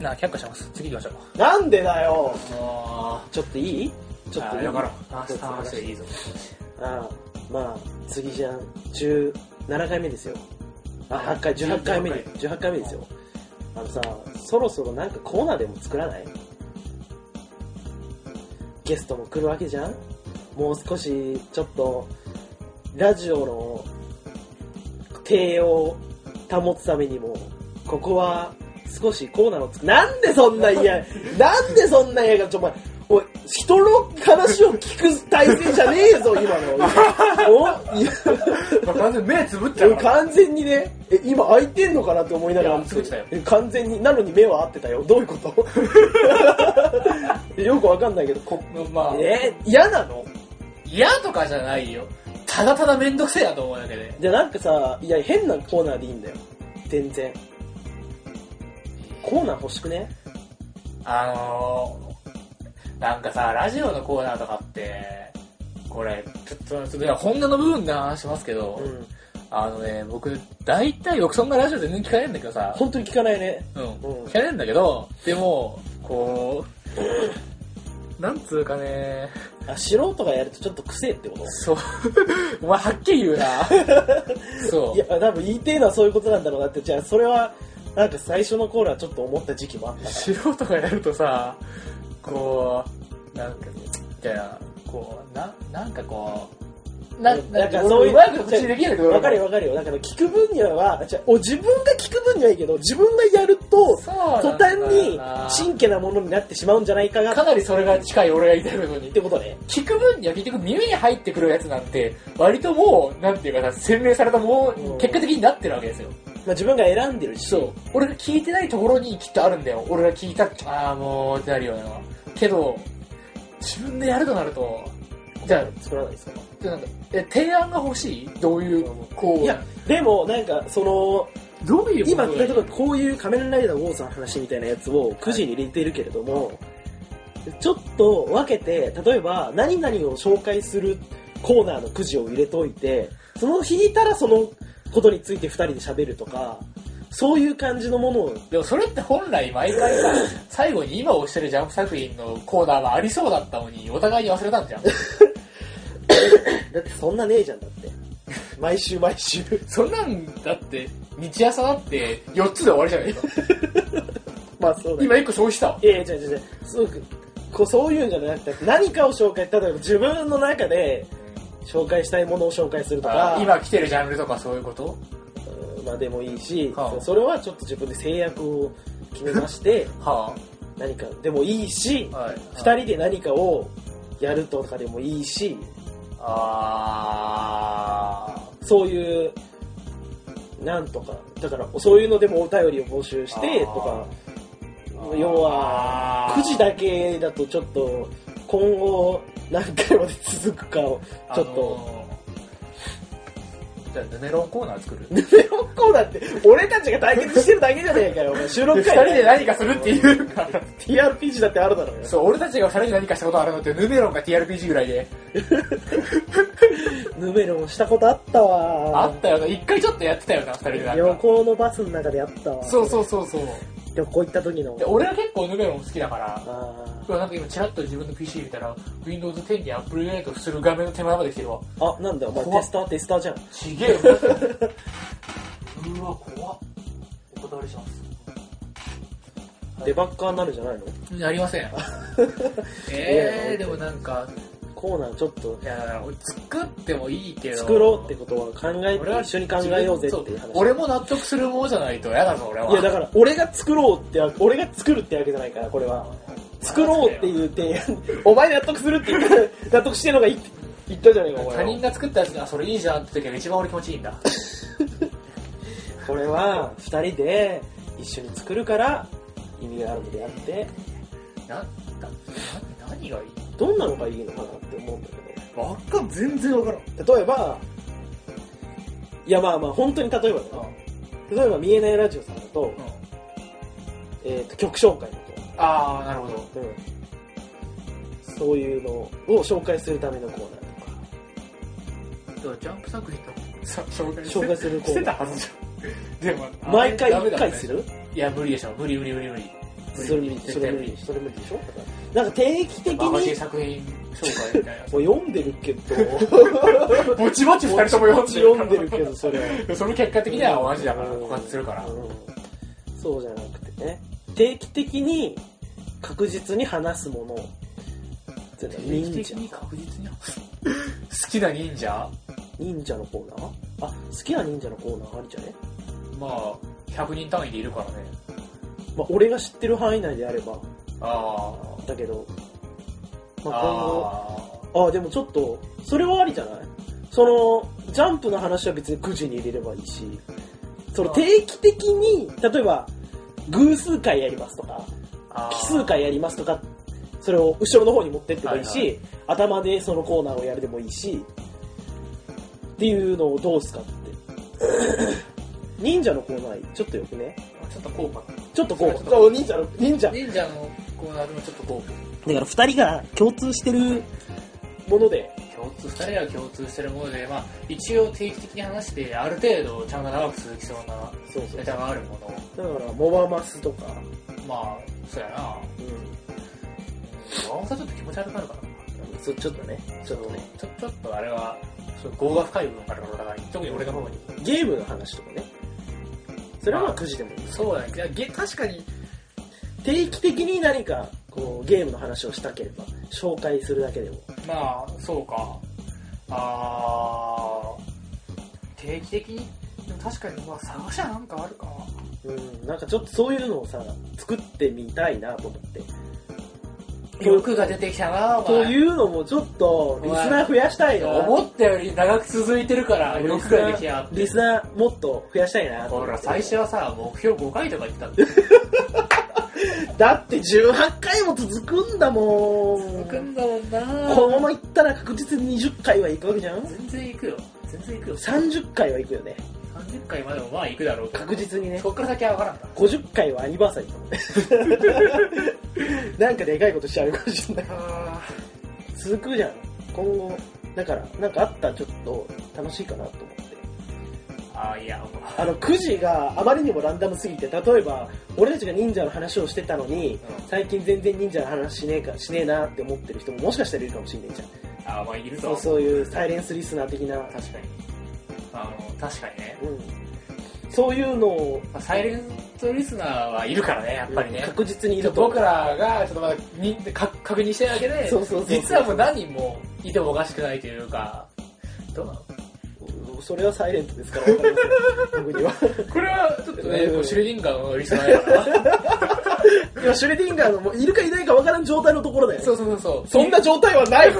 [SPEAKER 1] なあ、却下します。次行きましょう。
[SPEAKER 2] うなんでだよ
[SPEAKER 1] あ
[SPEAKER 2] ちょっといいちょっといい
[SPEAKER 1] だから。あ
[SPEAKER 2] ちょっと話して
[SPEAKER 1] いいぞ。
[SPEAKER 2] ああまあ次じゃん17回目ですよあ8回18回目で18回目ですよあのさそろそろなんかコーナーでも作らないゲストも来るわけじゃんもう少しちょっとラジオの低を保つためにもここは少しコーナーを作なんでそんな嫌なんでそんな嫌がちょお前おい人の話を聞く体制じゃね えぞ、今の。
[SPEAKER 1] まあ完全に目つぶっちゃ
[SPEAKER 2] お
[SPEAKER 1] う
[SPEAKER 2] い
[SPEAKER 1] から
[SPEAKER 2] 完全にね、え、今開いてんのかなって思いなが
[SPEAKER 1] い
[SPEAKER 2] ら
[SPEAKER 1] やすぐ来たよ
[SPEAKER 2] え完全に、なのに目は合ってたよ。どういうこと よくわかんないけど、こ
[SPEAKER 1] まあ
[SPEAKER 2] えー嫌なの
[SPEAKER 1] 嫌とかじゃないよただただ面倒くせえなと思うだけで
[SPEAKER 2] じゃあなんかさ、いや、変なコーナーでいいんだよ。全然。コーナー欲しくね
[SPEAKER 1] あのー、なんかさラジオのコーナーとかってこれちょっとちょっといや本音の部分で話しますけど、
[SPEAKER 2] うん。
[SPEAKER 1] あのね僕大体僕そんなラジオ全然聞かないんだけどさ
[SPEAKER 2] 本当に聞かないね。
[SPEAKER 1] うん、
[SPEAKER 2] うん
[SPEAKER 1] 聞かないんだけどでもこうなんつうかね
[SPEAKER 2] あ、素人がやるとちょっと癖ってこと
[SPEAKER 1] そうお前はっきり言うなそう
[SPEAKER 2] いや、多分言いてえのはそういうことなんだろうなって、じゃあそれは、なんか最初の頃はちょっと思った時期もあった。
[SPEAKER 1] 素人がやるとさこうなんかみたいなこうななんかこうな
[SPEAKER 2] なんか
[SPEAKER 1] 俺
[SPEAKER 2] そういう
[SPEAKER 1] うまいこと口にできるけど
[SPEAKER 2] わかるよわかるよ。だから聞く分には、じゃあお自分が聞く分にはいいけど、自分がやると、
[SPEAKER 1] そうな
[SPEAKER 2] 途
[SPEAKER 1] んだ
[SPEAKER 2] 端
[SPEAKER 1] よ
[SPEAKER 2] に
[SPEAKER 1] な
[SPEAKER 2] 真剣なものになってしまうんじゃないかが、
[SPEAKER 1] か
[SPEAKER 2] っ
[SPEAKER 1] なりそれが近い俺が言いたいことに
[SPEAKER 2] てことね。
[SPEAKER 1] 聞く分には結局耳に入ってくるやつなんて割ともうなんていうかさ洗練されたも
[SPEAKER 2] う
[SPEAKER 1] の
[SPEAKER 2] ん
[SPEAKER 1] 結果的になってるわけですよ
[SPEAKER 2] まあ自分が選んでるし、
[SPEAKER 1] そう俺が聞いてないところにきっとあるんだよ俺が聞いたああもうってなるようなけど自分でやるとなるとじゃあ
[SPEAKER 2] 作らないですか
[SPEAKER 1] でなんかえ提案が欲しいどういうこう
[SPEAKER 2] いや、でもなんか、その、
[SPEAKER 1] どうい
[SPEAKER 2] 今、
[SPEAKER 1] こと
[SPEAKER 2] 例えばこういう仮面ライダーウォーズの話みたいなやつを9時に入れてるけれども、ちょっと分けて、例えば何々を紹介するコーナーのくじを入れといて、その引いたらそのことについて2人で喋るとか、そういう感じのものを、
[SPEAKER 1] でもそれって本来毎回 さ最後に今押してるジャンプ作品のコーナーはありそうだったのにお互いに忘れたんじゃん
[SPEAKER 2] だってそんなねえじゃんだって。毎週毎週。
[SPEAKER 1] そんなんだって日朝だって4つで終わりじゃないか
[SPEAKER 2] まあそう だ
[SPEAKER 1] 今1個消費 したわ
[SPEAKER 2] いやいや違う違う違うすごくこうそういうんじゃなくて何かを紹介例えば自分の中で紹介したいものを紹介するとか
[SPEAKER 1] あ今来てるジャンルとかそういうこと
[SPEAKER 2] うんまあでもいいし、
[SPEAKER 1] はあ
[SPEAKER 2] それはちょっと自分で制約を決めまして
[SPEAKER 1] は
[SPEAKER 2] 何かでもいいし、
[SPEAKER 1] あはい
[SPEAKER 2] 二人で何かをやるとかでもいいし
[SPEAKER 1] あ
[SPEAKER 2] そういうなんとかだからそういうのでもお便りを募集して
[SPEAKER 1] あー
[SPEAKER 2] とか
[SPEAKER 1] ー
[SPEAKER 2] 要は
[SPEAKER 1] あー
[SPEAKER 2] 9時だけだとちょっと今後何回まで続くかをちょっと。
[SPEAKER 1] あのーじゃあヌメロンコーナー作る
[SPEAKER 2] メロンコーナーって、俺たちが対決してるだけじゃねえかよ、お前収録
[SPEAKER 1] 2
[SPEAKER 2] 会
[SPEAKER 1] 人で何かする っていうから
[SPEAKER 2] TRPG だってあるだろうよ。
[SPEAKER 1] そう俺たちが2人で何かしたことあるのってヌメロンか TRPG ぐらいで
[SPEAKER 2] ヌメロンしたことあったわ
[SPEAKER 1] あったよな一回ちょっとやってたよな2人でな
[SPEAKER 2] 旅
[SPEAKER 1] んか
[SPEAKER 2] 行のバスの中でやったわ。
[SPEAKER 1] そうそうそうそう
[SPEAKER 2] 旅行行った時の
[SPEAKER 1] で。俺は結構ヌメロン好きだから
[SPEAKER 2] あ
[SPEAKER 1] うわなんか今チラッと自分の PC 見たら Windows 10に Upgrade する画面の手前まで来てるわ
[SPEAKER 2] ーあ、なんだよ、お前
[SPEAKER 1] 怖っ
[SPEAKER 2] テスター、テスターじゃん。
[SPEAKER 1] ち げえようわ怖っお断りします
[SPEAKER 2] デバッカーになるじゃないの
[SPEAKER 1] ありま せん
[SPEAKER 2] え
[SPEAKER 1] え
[SPEAKER 2] ー
[SPEAKER 1] ー、でもなんか
[SPEAKER 2] コーナーちょっと
[SPEAKER 1] いや作ってもいいけど
[SPEAKER 2] 作ろうってことは考え
[SPEAKER 1] 俺は
[SPEAKER 2] て、一緒に考えようぜっていう
[SPEAKER 1] そ
[SPEAKER 2] 話。
[SPEAKER 1] 俺も納得するものじゃないと嫌だぞ俺はい
[SPEAKER 2] やだから俺が作ろうってわ俺が作るってわけじゃないからこれは作ろうっていう提案 お前納得するって言った納得してるのがいいって言ったじゃないかお
[SPEAKER 1] 他
[SPEAKER 2] 前は
[SPEAKER 1] 人が作ったやつがそれいいじゃんって時が一番俺気持ちいいんだ
[SPEAKER 2] これは2人で一緒に作るから意味があるのであって
[SPEAKER 1] なんだな何がいい
[SPEAKER 2] どんなのがいいのかなって思うんだけ
[SPEAKER 1] わかん全然わからん
[SPEAKER 2] ど例えばいやまあまあ本当に例えばだよ例えば見えないラジオさんだと,、
[SPEAKER 1] うん
[SPEAKER 2] えーと曲紹介だ
[SPEAKER 1] ああなるほど
[SPEAKER 2] と、うんそういうのを紹介するためのコーナーとか
[SPEAKER 1] でもジャンプ作品とさ紹介して
[SPEAKER 2] 紹介するコ
[SPEAKER 1] して
[SPEAKER 2] ーナ
[SPEAKER 1] た
[SPEAKER 2] ー
[SPEAKER 1] はずじゃんでもあれ
[SPEAKER 2] 毎回
[SPEAKER 1] ダメだ
[SPEAKER 2] 1
[SPEAKER 1] もん
[SPEAKER 2] 回
[SPEAKER 1] ね
[SPEAKER 2] する
[SPEAKER 1] いや無理でしょ無理無理無理無理
[SPEAKER 2] それ無理、そ
[SPEAKER 1] 絶
[SPEAKER 2] れ
[SPEAKER 1] 対
[SPEAKER 2] 無
[SPEAKER 1] 無
[SPEAKER 2] 理、
[SPEAKER 1] 理
[SPEAKER 2] それ無理でしょだからなんか定期的に、
[SPEAKER 1] マ
[SPEAKER 2] も
[SPEAKER 1] ガジン
[SPEAKER 2] う
[SPEAKER 1] 作品紹介みたい
[SPEAKER 2] 読んでるけ
[SPEAKER 1] な
[SPEAKER 2] ど、
[SPEAKER 1] ぼちぼち二人とも
[SPEAKER 2] こっち読
[SPEAKER 1] 読
[SPEAKER 2] ん
[SPEAKER 1] んで
[SPEAKER 2] でる
[SPEAKER 1] る
[SPEAKER 2] けど、それは。
[SPEAKER 1] どその結果的にはマジだから枯渇するから
[SPEAKER 2] うんそうじゃなくてね。定期的に確実に話すもの。それ忍
[SPEAKER 1] 定期
[SPEAKER 2] 者
[SPEAKER 1] 的。に確実に好きな忍者
[SPEAKER 2] 忍者のコーナーあ、好きな忍者のコーナーあるじゃね
[SPEAKER 1] まあ100人単位でいるからね
[SPEAKER 2] まあ、俺が知ってる範囲内であれば、
[SPEAKER 1] ああ
[SPEAKER 2] だけど、まあ、今後
[SPEAKER 1] あ
[SPEAKER 2] あでもちょっとそれはありじゃないそのジャンプの話は別に9時に入れればいいしその
[SPEAKER 1] あー
[SPEAKER 2] 定期的に例えば偶数回やりますとか
[SPEAKER 1] あ
[SPEAKER 2] 奇数回やりますとかそれを後ろの方に持ってってもいいし、
[SPEAKER 1] はい
[SPEAKER 2] 頭でそのコーナーをやるでもいいしっていうのをどうすかって忍者のコーナーちょっとよくね
[SPEAKER 1] ちょっと高価な
[SPEAKER 2] ちょっとこ
[SPEAKER 1] それはちょっ
[SPEAKER 2] う
[SPEAKER 1] と
[SPEAKER 2] そう忍者の忍者
[SPEAKER 1] 忍者のコーナーでもちょっとこう
[SPEAKER 2] だから2人が共通してるもので
[SPEAKER 1] 共通2人が共通してるもので、まあ、一応定期的に話してある程度ちゃんと長く続きそうな
[SPEAKER 2] そうそう
[SPEAKER 1] ネタがあるもの
[SPEAKER 2] だからモバマスとか、
[SPEAKER 1] まあそうやな
[SPEAKER 2] う、
[SPEAKER 1] ワンオさちょっと気持ち悪くなるからなん
[SPEAKER 2] そうちょっとねちょっとね
[SPEAKER 1] ちょちょっとあれはちょっと業が深い部分があるからだから特に俺の方に
[SPEAKER 2] ゲームの話とかねそれはまあ9時でもいいです
[SPEAKER 1] そうだねいやげ確かに
[SPEAKER 2] 定期的に何かこうゲームの話をしたければ紹介するだけでも
[SPEAKER 1] まあそうかあー定期的にでも確かにまあ探しはなんかあるか
[SPEAKER 2] うんなんかちょっとそういうのをさ作ってみたいなと思って
[SPEAKER 1] 欲が出てきたなお前
[SPEAKER 2] というのもちょっとリスナー増やしたいな
[SPEAKER 1] 思ったより長く続いてるから
[SPEAKER 2] リ
[SPEAKER 1] 欲
[SPEAKER 2] スナ
[SPEAKER 1] ができた
[SPEAKER 2] ーリスナーもっと増やしたいなと
[SPEAKER 1] ほ
[SPEAKER 2] 思って
[SPEAKER 1] ら最初はさ目標5回とか言ってたんだよ
[SPEAKER 2] だって18回も続くんだもん
[SPEAKER 1] 続くんだもんな
[SPEAKER 2] このままいったら確実に20回はいくわけじゃん
[SPEAKER 1] 全然行くよ全然行くよ
[SPEAKER 2] 30回はいくよね
[SPEAKER 1] 30回までもまあ行くだろうけど
[SPEAKER 2] 確実にね
[SPEAKER 1] そっから先は分からんか
[SPEAKER 2] 50回はアニバーサリーかもね なんかでかいことしちゃうかもしれない
[SPEAKER 1] あ
[SPEAKER 2] 続くじゃん今後だからなんかあったらちょっと楽しいかなと思って
[SPEAKER 1] あいやもう
[SPEAKER 2] あのくじがあまりにもランダムすぎて例えば俺たちが忍者の話をしてたのに最近全然忍者の話しねえかしねえなって思ってる人ももしかしたらいるかもしれないじゃん
[SPEAKER 1] あまあいる
[SPEAKER 2] そ
[SPEAKER 1] ぞ
[SPEAKER 2] うそういうサイレンスリスナー的な、
[SPEAKER 1] 確かにあの確かにね、
[SPEAKER 2] うん、そういうのを
[SPEAKER 1] まあ、サイレントリスナーはいるからねやっぱりね、
[SPEAKER 2] 確実にい
[SPEAKER 1] ちょ
[SPEAKER 2] る
[SPEAKER 1] っ
[SPEAKER 2] と
[SPEAKER 1] と僕らがちょっとまだにか確認してるだけで
[SPEAKER 2] そうそうそう
[SPEAKER 1] 実はもう何人もいてもおかしくないというかどうなの
[SPEAKER 2] それはサイレントですから分かりません僕には
[SPEAKER 1] これはちょっとね
[SPEAKER 2] うん
[SPEAKER 1] もうシュレディンガーのリスナーやから
[SPEAKER 2] 今シュレディンガーのもういるかいないか分からん状態のところだよね
[SPEAKER 1] そうそうそうそう
[SPEAKER 2] そんな状態は ない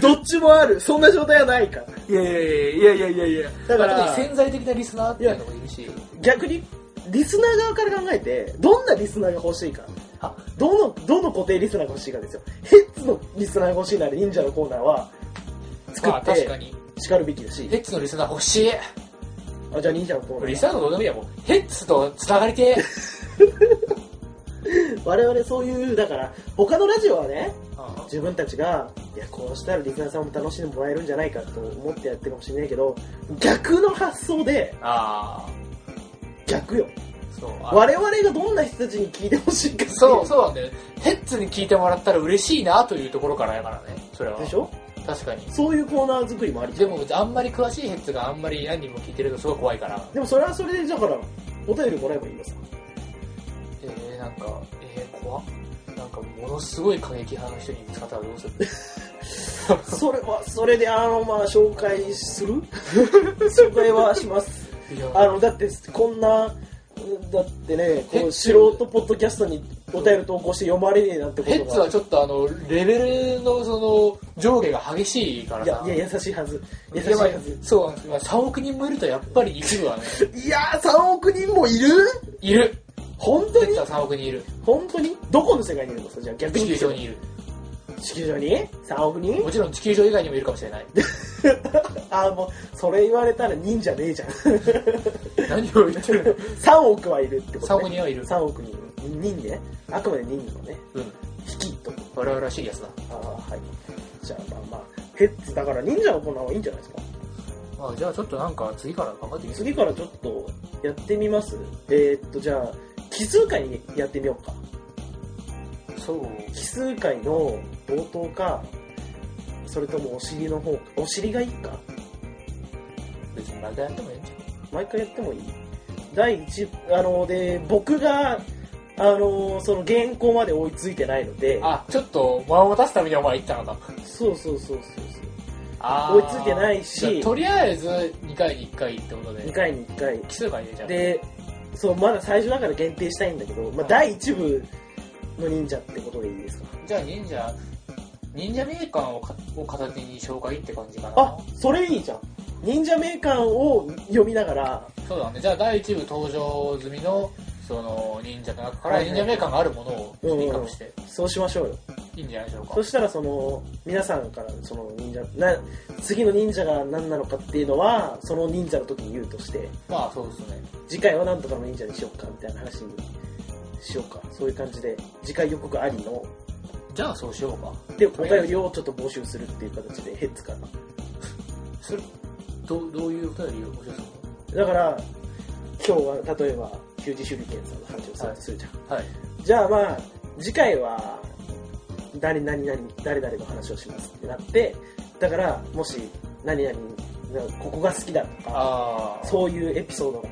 [SPEAKER 2] どっちもあるそんな状態はないから
[SPEAKER 1] いやいやいやいやいやいや
[SPEAKER 2] だから
[SPEAKER 1] まあ特に潜在的なリスナーっていうのもいるし
[SPEAKER 2] 逆にリスナー側から考えてどんなリスナーが欲しいか
[SPEAKER 1] あ
[SPEAKER 2] どのどの固定リスナーが欲しいかですよヘッズのリスナーが欲しいなら忍者のコーナーは作
[SPEAKER 1] まあ
[SPEAKER 2] っ
[SPEAKER 1] 確
[SPEAKER 2] て
[SPEAKER 1] かに
[SPEAKER 2] 叱るべきだし
[SPEAKER 1] ヘッツのリスナー欲しい
[SPEAKER 2] あじゃあ忍者のコーナ
[SPEAKER 1] リ
[SPEAKER 2] ー
[SPEAKER 1] スナーのどうでもいいやもうヘッツとつながり て
[SPEAKER 2] 我々そういうだから他のラジオはね
[SPEAKER 1] あ
[SPEAKER 2] 自分たちがいやこうしたらリスナーさんも楽しんでもらえるんじゃないかと思ってやってるかもしれないけど逆の発想で
[SPEAKER 1] あ
[SPEAKER 2] 逆よ
[SPEAKER 1] そうあ
[SPEAKER 2] 我々がどんな人たちに聞いてほしいかってい
[SPEAKER 1] そうそうなんだよヘッツに聞いてもらったら嬉しいなというところからやからねそれは
[SPEAKER 2] でしょ
[SPEAKER 1] 確かに
[SPEAKER 2] そういうコーナー作りもありじゃ
[SPEAKER 1] で
[SPEAKER 2] ん
[SPEAKER 1] もあんまり詳しいヘッツがあんまり何人も聞いてるとすごい怖いから
[SPEAKER 2] でもそれはそれでだからお便りもらえばいいのさ
[SPEAKER 1] えー、なんかえー、怖っなんかものすごい過激派の人に見つかったらどうする
[SPEAKER 2] それはそれであのまあ紹介す る紹介はします
[SPEAKER 1] いや
[SPEAKER 2] あのだってこんなだってねこ
[SPEAKER 1] ヘッ
[SPEAKER 2] う
[SPEAKER 1] ズ
[SPEAKER 2] 素人ポッドキャストにお便り投稿して読まれねえなんてこ
[SPEAKER 1] ヘ
[SPEAKER 2] と
[SPEAKER 1] ッツ
[SPEAKER 2] が
[SPEAKER 1] はちょっとあのレベルのその上下が激しいから
[SPEAKER 2] いや
[SPEAKER 1] さ
[SPEAKER 2] いや優しいはず優しい
[SPEAKER 1] やば
[SPEAKER 2] はいず
[SPEAKER 1] そうなんですまあ3億人もいるとやっぱり一部はね
[SPEAKER 2] いやー3億人もいる
[SPEAKER 1] い る
[SPEAKER 2] 本
[SPEAKER 1] ヘ
[SPEAKER 2] 当
[SPEAKER 1] ッ
[SPEAKER 2] に
[SPEAKER 1] ツは3億人いる
[SPEAKER 2] 本当にどこの世界にいるのさじゃあ逆
[SPEAKER 1] 地
[SPEAKER 2] に
[SPEAKER 1] 球上にいる
[SPEAKER 2] 地球上に3億人
[SPEAKER 1] もちろん地球上以外にもいるかもしれない
[SPEAKER 2] ああもうそれ言われたら忍者ねえじゃん
[SPEAKER 1] 何を言ってるの
[SPEAKER 2] 3億はいるってこ
[SPEAKER 1] 3
[SPEAKER 2] と
[SPEAKER 1] 億
[SPEAKER 2] ね
[SPEAKER 1] 人はいる
[SPEAKER 2] 3億人人ねあくまで人のね
[SPEAKER 1] うん
[SPEAKER 2] 引きと
[SPEAKER 1] 我々はシリアスだ
[SPEAKER 2] ああはいじゃあまあまあヘッズだから忍者のコーナーはいいんじゃないですか
[SPEAKER 1] まあじゃあちょっとなんか次から頑張ってみる
[SPEAKER 2] 次からちょっとやってみますえー、っとじゃあ奇数回にやってみようか
[SPEAKER 1] そう
[SPEAKER 2] 奇数回の冒頭かそれともお尻の方かお尻がいいか
[SPEAKER 1] 別に毎回やってもいいんじ
[SPEAKER 2] 毎回やってもいい第一あので僕があのその原稿まで追いついてないので
[SPEAKER 1] ゃんあちょっと間を持たすためにお前言ったのか
[SPEAKER 2] そうそうそうそう
[SPEAKER 1] あ
[SPEAKER 2] 追いついてないし
[SPEAKER 1] じゃあとりあえず2回に1回ってこと
[SPEAKER 2] そう2
[SPEAKER 1] で
[SPEAKER 2] 回に1回
[SPEAKER 1] 奇数回でじゃあ
[SPEAKER 2] でそうまだ最初だから限定したいんだけど、まあ、
[SPEAKER 1] はい
[SPEAKER 2] 第1部の忍者ってことでいいですか
[SPEAKER 1] じゃあ忍者忍者メーカーをかを片手に紹介って感じかな
[SPEAKER 2] あそれいいじゃん忍者名鑑を読みながら
[SPEAKER 1] そうだねじゃあ第1部登場済みのその忍者の中から
[SPEAKER 2] はいはい
[SPEAKER 1] 忍者メーカーがあるものをピックアップして
[SPEAKER 2] そうしましょうよ
[SPEAKER 1] いいんじゃないでしょうか
[SPEAKER 2] そしたらその皆さんからその忍者な次の忍者が何なのかっていうのはその忍者の時に言うとして
[SPEAKER 1] まあそうですね
[SPEAKER 2] 次回は何とかの忍者にしようかみたいな話にしようかそういう感じで次回予告ありの
[SPEAKER 1] じゃあそうしようか
[SPEAKER 2] でお便りをちょっと募集するっていう形でヘッズから
[SPEAKER 1] それどうどういうお便りを教えても
[SPEAKER 2] だから今日は例えば給仕手裏剣さんの話をするとするじゃん、
[SPEAKER 1] らうはい
[SPEAKER 2] じゃあまあ次回は誰何々誰々の話をしますってなってだからもし何々ここが好きだとか
[SPEAKER 1] ああ
[SPEAKER 2] そういうエピソードが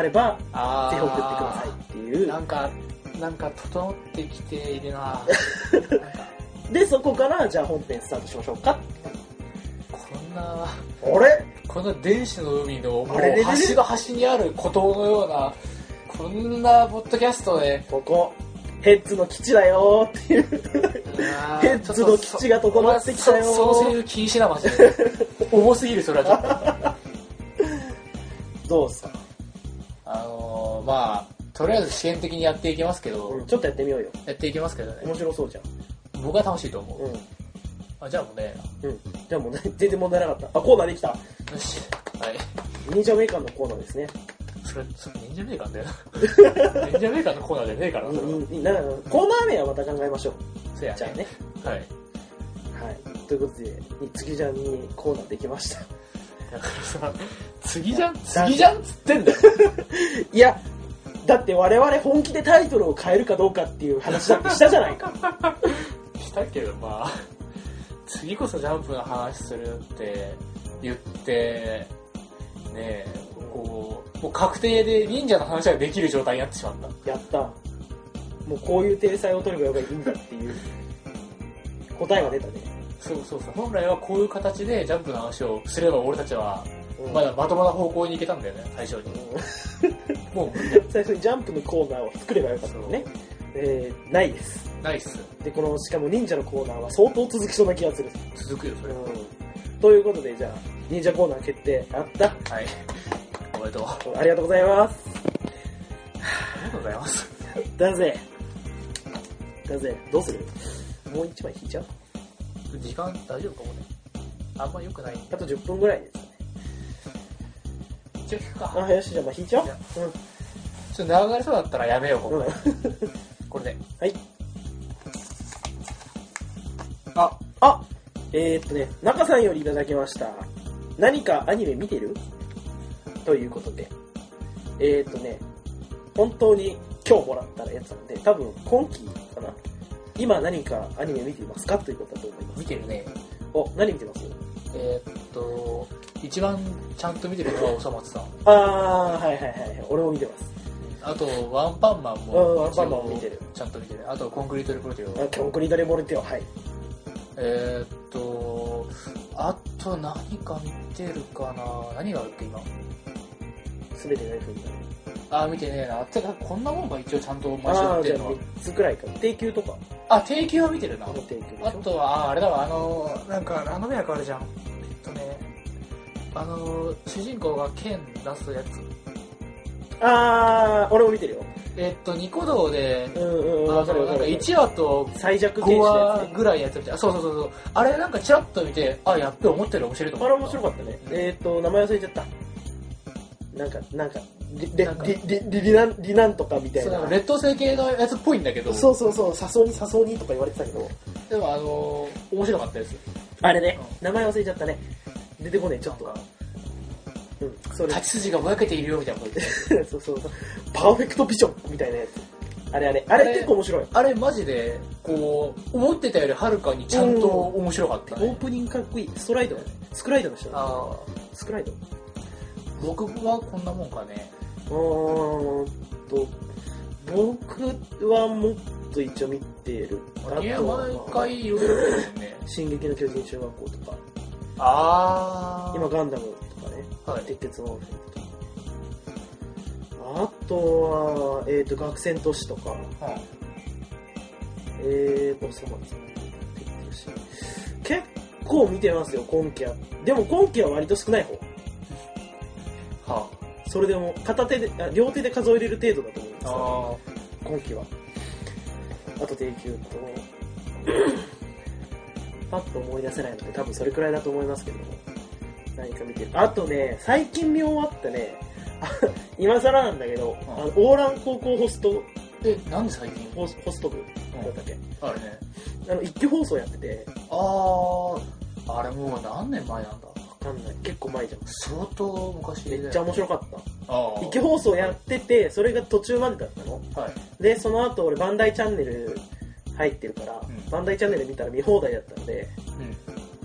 [SPEAKER 2] あれば
[SPEAKER 1] あー
[SPEAKER 2] ぜひ送ってくださいってい
[SPEAKER 1] なんかなんか整ってきているななんか
[SPEAKER 2] うでそこからじゃあ本編スタートしましょうか
[SPEAKER 1] こんな
[SPEAKER 2] あれ
[SPEAKER 1] この電子の海のも
[SPEAKER 2] あれれれ
[SPEAKER 1] う端の端にある孤島のようなこんなポッドキャストで
[SPEAKER 2] ここヘッズの基地だよーっていうヘ
[SPEAKER 1] ヘ
[SPEAKER 2] ッズの基地が整ってきたよー
[SPEAKER 1] そそのセリフ禁止なマジで重すぎるそれはちょっと
[SPEAKER 2] どうですか、
[SPEAKER 1] あのーまあとりあえず試験的にやっていきますけど、
[SPEAKER 2] うん、ちょっとやってみようよ
[SPEAKER 1] やっていきますけど
[SPEAKER 2] 面
[SPEAKER 1] ね
[SPEAKER 2] 白そうじゃん
[SPEAKER 1] 僕は楽しいと思う、
[SPEAKER 2] うん
[SPEAKER 1] あじゃあもうね
[SPEAKER 2] うんじゃあもうね全然問題なかったあコーナーできた
[SPEAKER 1] よしはい
[SPEAKER 2] 忍者メーカーのコーナーですね
[SPEAKER 1] それそれ忍者メーカーだよ 忍者メーカーのコーナーじゃねえからなそれは
[SPEAKER 2] にになコーナー名はまた考えましょう
[SPEAKER 1] そうや
[SPEAKER 2] じゃあね
[SPEAKER 1] はい
[SPEAKER 2] はいということで次じゃんにコーナーできました
[SPEAKER 1] だからさ次じゃん次じゃんっつってんだよ
[SPEAKER 2] いやだって我々本気でタイトルを変えるかどうかっていう話だってしたじゃな いか
[SPEAKER 1] したけどまあ次こそジャンプの話するって言ってねえこうもう確定で忍者の話ができる状態になってしまった
[SPEAKER 2] やったもうこういう体裁を取ればやっぱいいんだっていう答えが出たね、
[SPEAKER 1] そうそうそう本来はこういう形でジャンプの話をすれば俺たちは
[SPEAKER 2] うん
[SPEAKER 1] まだまともな方向に行けたんだよね最初
[SPEAKER 2] う
[SPEAKER 1] に
[SPEAKER 2] ん
[SPEAKER 1] もう
[SPEAKER 2] 最初にジャンプのコーナーを作ればよかったのねえー、ないです
[SPEAKER 1] ナイス
[SPEAKER 2] でこのしかも忍者のコーナーは相当続きそうな気がする、
[SPEAKER 1] 続くよそれは
[SPEAKER 2] うん、ということでじゃあ忍者コーナー決定あった
[SPEAKER 1] はいおめでとうあ
[SPEAKER 2] ありがとうございます
[SPEAKER 1] りがとうございます
[SPEAKER 2] だぜ。だぜ。どうするもう一枚引いちゃう
[SPEAKER 1] 時間大丈夫かこれあんま良くない
[SPEAKER 2] あと10分ぐらいですね。
[SPEAKER 1] 一応聞くか
[SPEAKER 2] あ、よし、じゃあまあ引いちゃおう。う
[SPEAKER 1] ちょっと流れそうだったらやめようこ
[SPEAKER 2] ん。うん
[SPEAKER 1] こ、これで
[SPEAKER 2] はい。
[SPEAKER 1] あ
[SPEAKER 2] あえー、っとね、中さんよりいただきました。何かアニメ見てるということで。えー、っとね、本当に今日もらったやつなんで、多分今期かな。今何かアニメ見ていますかということだと思います。
[SPEAKER 1] 見てるね
[SPEAKER 2] お、何見てます
[SPEAKER 1] えーっと一番ちゃんと見てるのはおさまつさん
[SPEAKER 2] あー、はいはいはいはい。俺も見てます。
[SPEAKER 1] あとワンパンマン
[SPEAKER 2] うん
[SPEAKER 1] も
[SPEAKER 2] ワンパンマンも見てる
[SPEAKER 1] ちゃんと見てるあとコンクリートレプロテ
[SPEAKER 2] あ
[SPEAKER 1] オ
[SPEAKER 2] コンクリートレボルテオ、はい。
[SPEAKER 1] えーっとあと何か見てるかな何があるっけ今
[SPEAKER 2] すべてが F になる。
[SPEAKER 1] あー見てねえなてかこんなもんか一応ちゃんと毎週
[SPEAKER 2] あ
[SPEAKER 1] 見
[SPEAKER 2] あ、
[SPEAKER 1] て
[SPEAKER 2] じゃ
[SPEAKER 1] る
[SPEAKER 2] あ
[SPEAKER 1] のは
[SPEAKER 2] 3つくらいか。定休とか。
[SPEAKER 1] あ定休は見てるな
[SPEAKER 2] あの定休でしょ。
[SPEAKER 1] あとは、あーあれだわ、あのー、なんか、ラノベ役あるじゃん。えっとね、あのー、主人公が剣出すやつ。
[SPEAKER 2] あー、俺も見てるよ。
[SPEAKER 1] えっと、ニコ動で、
[SPEAKER 2] うんうん
[SPEAKER 1] あ
[SPEAKER 2] うん、
[SPEAKER 1] の
[SPEAKER 2] わかるわか
[SPEAKER 1] なんか
[SPEAKER 2] るわかる。
[SPEAKER 1] 1話と
[SPEAKER 2] 最弱
[SPEAKER 1] 5
[SPEAKER 2] 天使のや
[SPEAKER 1] 話
[SPEAKER 2] つね。
[SPEAKER 1] ぐらいやってるじゃん。あそうそうそうそう。あれなんかチラッと見て、あ、やっべ、思ってる面白いと
[SPEAKER 2] あ
[SPEAKER 1] 思
[SPEAKER 2] れ
[SPEAKER 1] った。
[SPEAKER 2] 面白かったね。
[SPEAKER 1] うん
[SPEAKER 2] えっと、名前忘れちゃった。なんか、なんか、りり
[SPEAKER 1] なんか
[SPEAKER 2] りりりりなんりなんとかみたい
[SPEAKER 1] そうなん
[SPEAKER 2] な
[SPEAKER 1] か。劣等生系のやつっぽいんだけど、
[SPEAKER 2] そうそうそう、誘うに誘うにとか言われてたけど。
[SPEAKER 1] でもあのー、面白かったです。
[SPEAKER 2] あれね
[SPEAKER 1] う、
[SPEAKER 2] 名前忘れちゃったね。出てこねえ、ちょっと。うん、それ
[SPEAKER 1] 立。ち筋がぼやけているよみたいなこと言って
[SPEAKER 2] そうそうそう。パーフェクトビジョンみたいなやつ。あれあれ。あ
[SPEAKER 1] あ
[SPEAKER 2] れ
[SPEAKER 1] れ
[SPEAKER 2] 結構面白い。
[SPEAKER 1] あれマジで、こう、思ってたよりはるかにちゃんと面白かった、
[SPEAKER 2] オ
[SPEAKER 1] ね。
[SPEAKER 2] ープニングかっこいい。ストライドだね。スクライドの人だね
[SPEAKER 1] あー
[SPEAKER 2] スクライド
[SPEAKER 1] 僕はこんなもんかね。
[SPEAKER 2] うーんと、僕はもっと一応見てる。
[SPEAKER 1] いや、
[SPEAKER 2] とは
[SPEAKER 1] 毎回いろいろ見てるもんね。
[SPEAKER 2] 進撃の巨人中学校とか、
[SPEAKER 1] あ
[SPEAKER 2] 今ガンダムとかね、
[SPEAKER 1] 今、はい。
[SPEAKER 2] 鉄血のオーフェンとか。あとは、えっ、と、学生都市とか、
[SPEAKER 1] うん
[SPEAKER 2] えーと、そうですね。結構見てますよ、今季は。でも今季は割と少ない方。
[SPEAKER 1] は
[SPEAKER 2] それでも、片手で、あ両手で数えれる程度だと思います
[SPEAKER 1] あ。あ
[SPEAKER 2] 今季は。あと定休と、パッと思い出せないので多分それくらいだと思いますけども。何か見てる。あとね、最近見終わったね、あ今更なんだけど、あの、オーラン高校ホスト、
[SPEAKER 1] え、なんで最近
[SPEAKER 2] ホスホスト部だったっけ、
[SPEAKER 1] あれね。
[SPEAKER 2] あの、一挙放送やってて、
[SPEAKER 1] あああれもう何年前なんだ
[SPEAKER 2] わかんない。結構前じゃん。
[SPEAKER 1] 相当昔
[SPEAKER 2] めっちゃ面白かった。
[SPEAKER 1] ああ
[SPEAKER 2] 一挙放送やってて、それが途中までだったの。
[SPEAKER 1] はい。
[SPEAKER 2] で、その後俺バンダイチャンネル入ってるから、
[SPEAKER 1] ん
[SPEAKER 2] バンダイチャンネル見たら見放題だったので、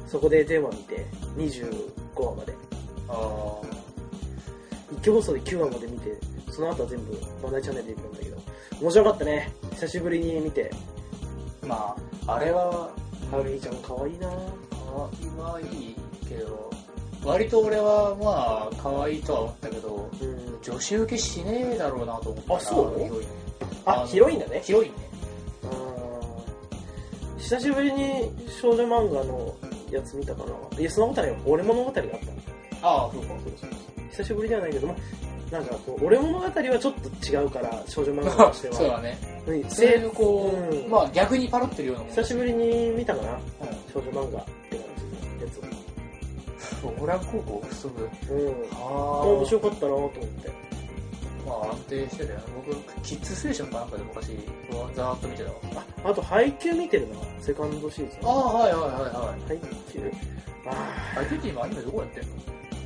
[SPEAKER 1] うん。
[SPEAKER 2] そこで全話見て、25話まで。
[SPEAKER 1] ああ
[SPEAKER 2] 一挙放送で9話まで見て、その後は全部バンダイチャンネルで見たんだけど、面白かったね。久しぶりに見て、
[SPEAKER 1] まあ、あれは、
[SPEAKER 2] ハルヒちゃん可愛いな
[SPEAKER 1] 可愛いけど、割と俺はまあ、可愛いとは思ったけど、
[SPEAKER 2] うん。
[SPEAKER 1] 女子受けしねえだろうなと思ったな
[SPEAKER 2] あそう
[SPEAKER 1] ヒロイン
[SPEAKER 2] あ、広いんだね。
[SPEAKER 1] ヒロインね。
[SPEAKER 2] あー久しぶりに少女漫画のやつ見たかな。いや、そのことはないよ俺物語があったの。
[SPEAKER 1] ああ、そうか、そうかそうか。
[SPEAKER 2] 久しぶりではないけど、まあ、なんかこう、俺物語はちょっと違うから、少女漫画とし て
[SPEAKER 1] そう
[SPEAKER 2] は。
[SPEAKER 1] だね。
[SPEAKER 2] うん
[SPEAKER 1] それをこう、
[SPEAKER 2] うん
[SPEAKER 1] まあ逆にパロってるようなもん。
[SPEAKER 2] 久しぶりに見たかな、
[SPEAKER 1] うん
[SPEAKER 2] 少女漫画って感じのやつ
[SPEAKER 1] そうオラン高校不足。
[SPEAKER 2] うん。
[SPEAKER 1] ああ
[SPEAKER 2] あ面白かったなと思って。
[SPEAKER 1] まあ安定してたよね。僕、キッズステーションかなんかで昔、ざーっと見てたわ。
[SPEAKER 2] あと、配給見てるな、セカンドシーズン。
[SPEAKER 1] ああ、はいはいはいはい。
[SPEAKER 2] 配給。あ
[SPEAKER 1] あれ、ティティもアニメどこやってんの
[SPEAKER 2] ー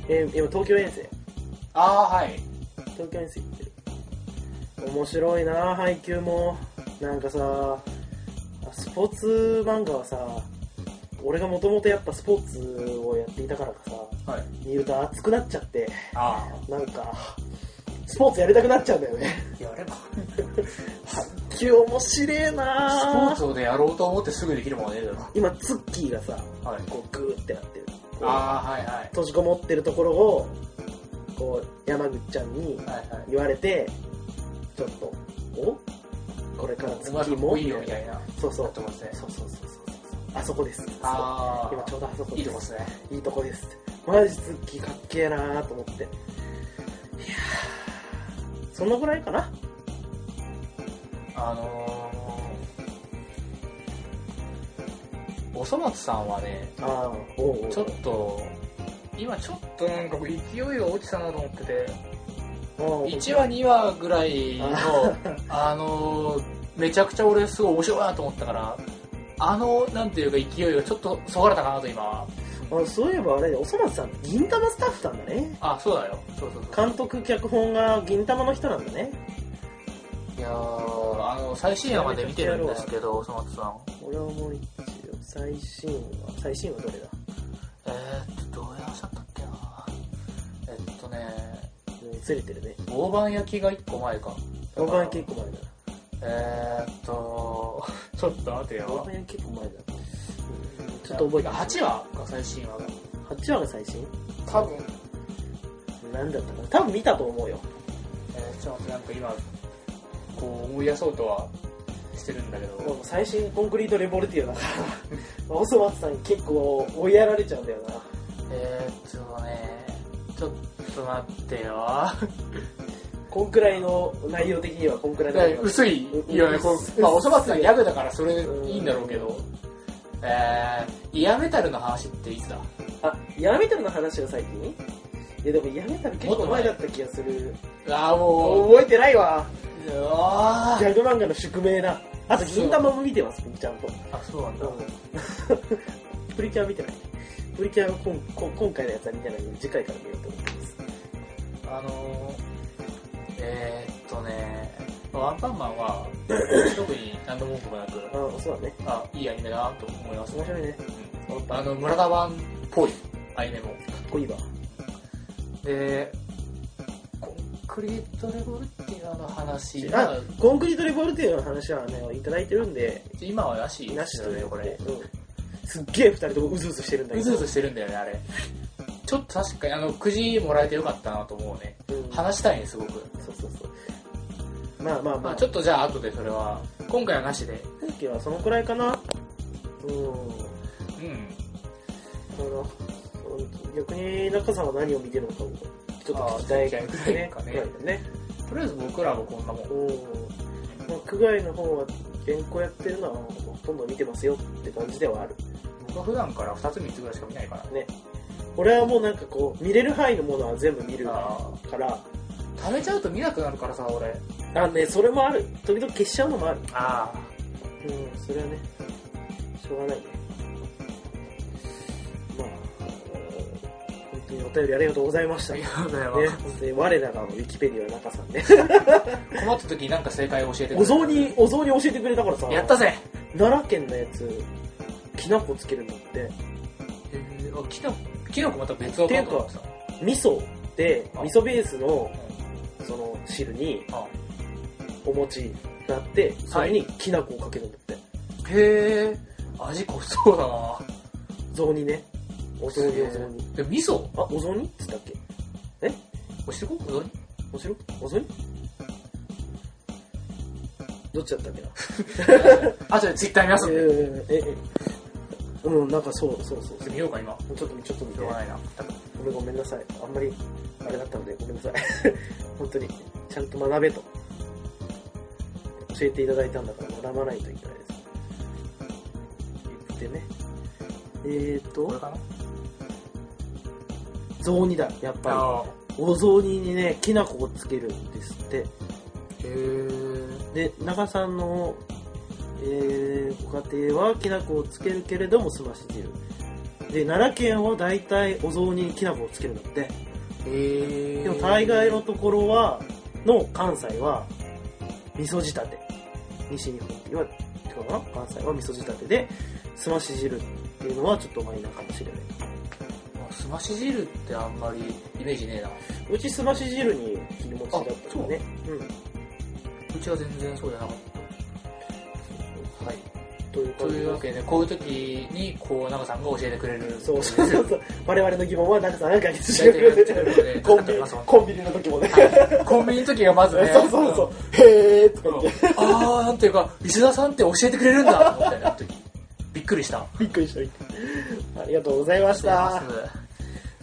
[SPEAKER 2] えー今、東京遠征。
[SPEAKER 1] ああ、はい。
[SPEAKER 2] 東京遠征行ってる。面白いな配給も。なんかさ、スポーツ漫画はさ、俺がもともとやっぱスポーツをやっていたからかさ、
[SPEAKER 1] はい。
[SPEAKER 2] 見ると熱くなっちゃって、
[SPEAKER 1] あ
[SPEAKER 2] なんか、スポーツやりたくなっちゃうんだよね。
[SPEAKER 1] あ、やれば。
[SPEAKER 2] 配給面白えな
[SPEAKER 1] スポーツをでやろうと思ってすぐできるもんはねえだ
[SPEAKER 2] 今、ツッキーがさ、
[SPEAKER 1] ろ。はい。
[SPEAKER 2] こうグーってなってる。
[SPEAKER 1] ああ、はいはい。
[SPEAKER 2] 閉じこもってるところを、こう、山口ちゃんに
[SPEAKER 1] はいはい。
[SPEAKER 2] 言われて、ちょっと、おこれからツ
[SPEAKER 1] お前
[SPEAKER 2] ッキ
[SPEAKER 1] か
[SPEAKER 2] ー
[SPEAKER 1] っこ
[SPEAKER 2] も
[SPEAKER 1] いいよみたいな。
[SPEAKER 2] そうそう。
[SPEAKER 1] とこですね。
[SPEAKER 2] そうそうそうそうそう。あそこです。
[SPEAKER 1] ああ、
[SPEAKER 2] 今ちょうどあそこ
[SPEAKER 1] い
[SPEAKER 2] で。
[SPEAKER 1] いとこですすね。
[SPEAKER 2] いいとこです。マジツッキーかっけえなーと思って。いやーそのぐらいかな
[SPEAKER 1] あのー、おそ松さんはね、
[SPEAKER 2] ああ、おうおう
[SPEAKER 1] ちょっと、今ちょっとなんか勢いが落ちたなと思ってて、
[SPEAKER 2] おう
[SPEAKER 1] 1話2話ぐらい の、あのー、めちゃくちゃ俺すごい面白いなと思ったから、あの、なんていうか勢いがちょっとそがれたかなと今は。
[SPEAKER 2] あそういえばあれで、おそ松さん、銀玉スタッフさんだね。
[SPEAKER 1] あ、そうだよ。そうそうそう。
[SPEAKER 2] 監督、脚本が銀玉の人なんだね。
[SPEAKER 1] いやーあの、最新話まで見てるんですけど、おそ松さん。
[SPEAKER 2] 俺はもう一応、最新話、最新話どれだ
[SPEAKER 1] えー、っと、どうやらしゃったっけなえっとね、
[SPEAKER 2] うんずれてるね。
[SPEAKER 1] 大判焼きが1個前か。
[SPEAKER 2] 大判結構前だ。
[SPEAKER 1] えー、っと、 ちょっと待て
[SPEAKER 2] 大
[SPEAKER 1] よ。
[SPEAKER 2] 判結構前だ。ちょっと覚えてない
[SPEAKER 1] 8話が最新話が。
[SPEAKER 2] 8話が最新
[SPEAKER 1] 多分。
[SPEAKER 2] なんだったかな多分見たと思うよ。
[SPEAKER 1] えー、ちょっと待って、なんか今、こう思い出そうとはしてるんだけ
[SPEAKER 2] も
[SPEAKER 1] ど。
[SPEAKER 2] う最新コンクリートレボルティアだから、おそ松さんに結構追いやられちゃうんだよな。
[SPEAKER 1] えー、っとね、ちょっと待ってよ。
[SPEAKER 2] こんくらいの内容的にはこんくらいの内容
[SPEAKER 1] 薄いよね、こうまあ、おそばさんギャグだからそれいいんだろうけど。えー、イヤメタルの話っていつだ
[SPEAKER 2] あ、やめたの話が最近いやでもやめたの結構前だった気がする。
[SPEAKER 1] あー、もう、
[SPEAKER 2] 覚えてないわ。
[SPEAKER 1] あ
[SPEAKER 2] ギャグ漫画の宿命だ。あと、銀玉も見てます、プリちゃんと。
[SPEAKER 1] あ、そうなんだ。
[SPEAKER 2] プリキュア見てない。プリキュアは今今今回のやつは見てないので、次回から見ようと思ってます。
[SPEAKER 1] あのー、えー、っとね、ワンパンマン は、特に何の文句もなく、
[SPEAKER 2] あそうだね。
[SPEAKER 1] あ、いいアニメだなと思います
[SPEAKER 2] 面
[SPEAKER 1] ね。
[SPEAKER 2] 白いね。
[SPEAKER 1] うんあの、村田版っぽいアニメも。
[SPEAKER 2] かっこいいわ。
[SPEAKER 1] で、コンクリートレボルティアの話
[SPEAKER 2] あ
[SPEAKER 1] が、、
[SPEAKER 2] コンクリートレボルティの話はね、いただいてるんで、
[SPEAKER 1] 今はなし
[SPEAKER 2] なしと
[SPEAKER 1] だ
[SPEAKER 2] ね、
[SPEAKER 1] よ、こ
[SPEAKER 2] これ
[SPEAKER 1] れ。。
[SPEAKER 2] うん。すっげえ二人ともうずうずしてるんだけ
[SPEAKER 1] う
[SPEAKER 2] ど。
[SPEAKER 1] ずうずしてるんだよね、あれ。ちょっと確かに、あの、くじもらえてよかったなと思うね。
[SPEAKER 2] うん
[SPEAKER 1] 話したいね、すごく。
[SPEAKER 2] そうそうそう。まあまあま
[SPEAKER 1] ま
[SPEAKER 2] あ、
[SPEAKER 1] あちょっとじゃあ、後でそれは、今回はなしで。
[SPEAKER 2] 風景はそのくらいかなうん
[SPEAKER 1] うん。
[SPEAKER 2] その逆に中さんは何を見てるのかをちょっと聞きたい
[SPEAKER 1] あー
[SPEAKER 2] ですね
[SPEAKER 1] 聞きたいかね
[SPEAKER 2] そうだね
[SPEAKER 1] とりあえず僕らもこんなもん。
[SPEAKER 2] うんまあ区外の方は原稿やってるのはほとんど見てますよって感じではある
[SPEAKER 1] 僕は普段から2つ3つぐらいしか見ないから。
[SPEAKER 2] ね俺はもうなんかこう見れる範囲のものは全部見るか
[SPEAKER 1] あ
[SPEAKER 2] ら
[SPEAKER 1] ー食べちゃうと見なくなるからさ、俺。
[SPEAKER 2] あねそれもある時々消しちゃうのもある
[SPEAKER 1] ああ。
[SPEAKER 2] うんそれはねしょうがないねまああの本当にお便りありがとうございました
[SPEAKER 1] あり
[SPEAKER 2] ね
[SPEAKER 1] がとうございます。
[SPEAKER 2] 本当に我らがウィキペディア中さんね
[SPEAKER 1] 困った時になんか正解を教えてくれる
[SPEAKER 2] お雑煮お雑煮教えてくれたからさ
[SPEAKER 1] やったぜ
[SPEAKER 2] 奈良県のやつきな粉つけるんだって
[SPEAKER 1] えー、あきのきのこまた別の
[SPEAKER 2] っていうか
[SPEAKER 1] パターンださ。
[SPEAKER 2] 味噌で
[SPEAKER 1] あ
[SPEAKER 2] 味噌ベースの
[SPEAKER 1] うん
[SPEAKER 2] その汁に
[SPEAKER 1] あ
[SPEAKER 2] お餅があってそれにきな粉をかけるんだって
[SPEAKER 1] へえ味濃そうだな
[SPEAKER 2] 雑煮ねお雑煮
[SPEAKER 1] へー
[SPEAKER 2] お雑煮
[SPEAKER 1] で味噌
[SPEAKER 2] あお雑煮っつったっけ
[SPEAKER 1] 押してこうどう
[SPEAKER 2] おしろお雑煮どっち だったっけな
[SPEAKER 1] あとでツイッター見ますんで
[SPEAKER 2] ええええうんなんかそうそうそう
[SPEAKER 1] ちょっと見ようか今
[SPEAKER 2] ちょっと見ちょっと見
[SPEAKER 1] してょうがないな
[SPEAKER 2] ごめんごめんなさいあんまりあれだったのでごめんなさい 本当にちゃんと学べと教えていただいたんだから学ばないといけないです言ってねえー
[SPEAKER 1] これ
[SPEAKER 2] と
[SPEAKER 1] かな
[SPEAKER 2] 雑煮だやっぱ
[SPEAKER 1] あ
[SPEAKER 2] りお雑煮にねきな粉をつけるんですって
[SPEAKER 1] ーへ
[SPEAKER 2] で長さんの、えーご家庭はきな粉をつけるけれどもすまし汁で奈良県は大体お雑煮にきな粉をつけるんだって
[SPEAKER 1] えへえ
[SPEAKER 2] でも大概のところはの関西は味噌仕立て西日本っていうのは違うかな関西は味噌仕立てですまし汁っていうのはちょっとマイナーかもしれない
[SPEAKER 1] すまし汁ってあんまりイメージねえな
[SPEAKER 2] うちすまし汁に切り餅だったからねうん
[SPEAKER 1] うちは全然そうじゃなかったはい
[SPEAKER 2] という
[SPEAKER 1] と
[SPEAKER 2] 感じ
[SPEAKER 1] いうわ
[SPEAKER 2] で
[SPEAKER 1] けでこういう時にこう長さんが教えてくれる
[SPEAKER 2] そうそうそうそう我々の疑問はなんかさなんかに
[SPEAKER 1] 大体やってくれるので
[SPEAKER 2] コン
[SPEAKER 1] な
[SPEAKER 2] ビニ
[SPEAKER 1] んとかなりますもん
[SPEAKER 2] コンビニの時もね
[SPEAKER 1] はいコンビニの時がまずね
[SPEAKER 2] そうそうそう。へーとか言って。
[SPEAKER 1] ああなんていうか石田さんって教えてくれるんだと思ってあの時びっくりした
[SPEAKER 2] びっくりしたびっくり。ありがとうございました。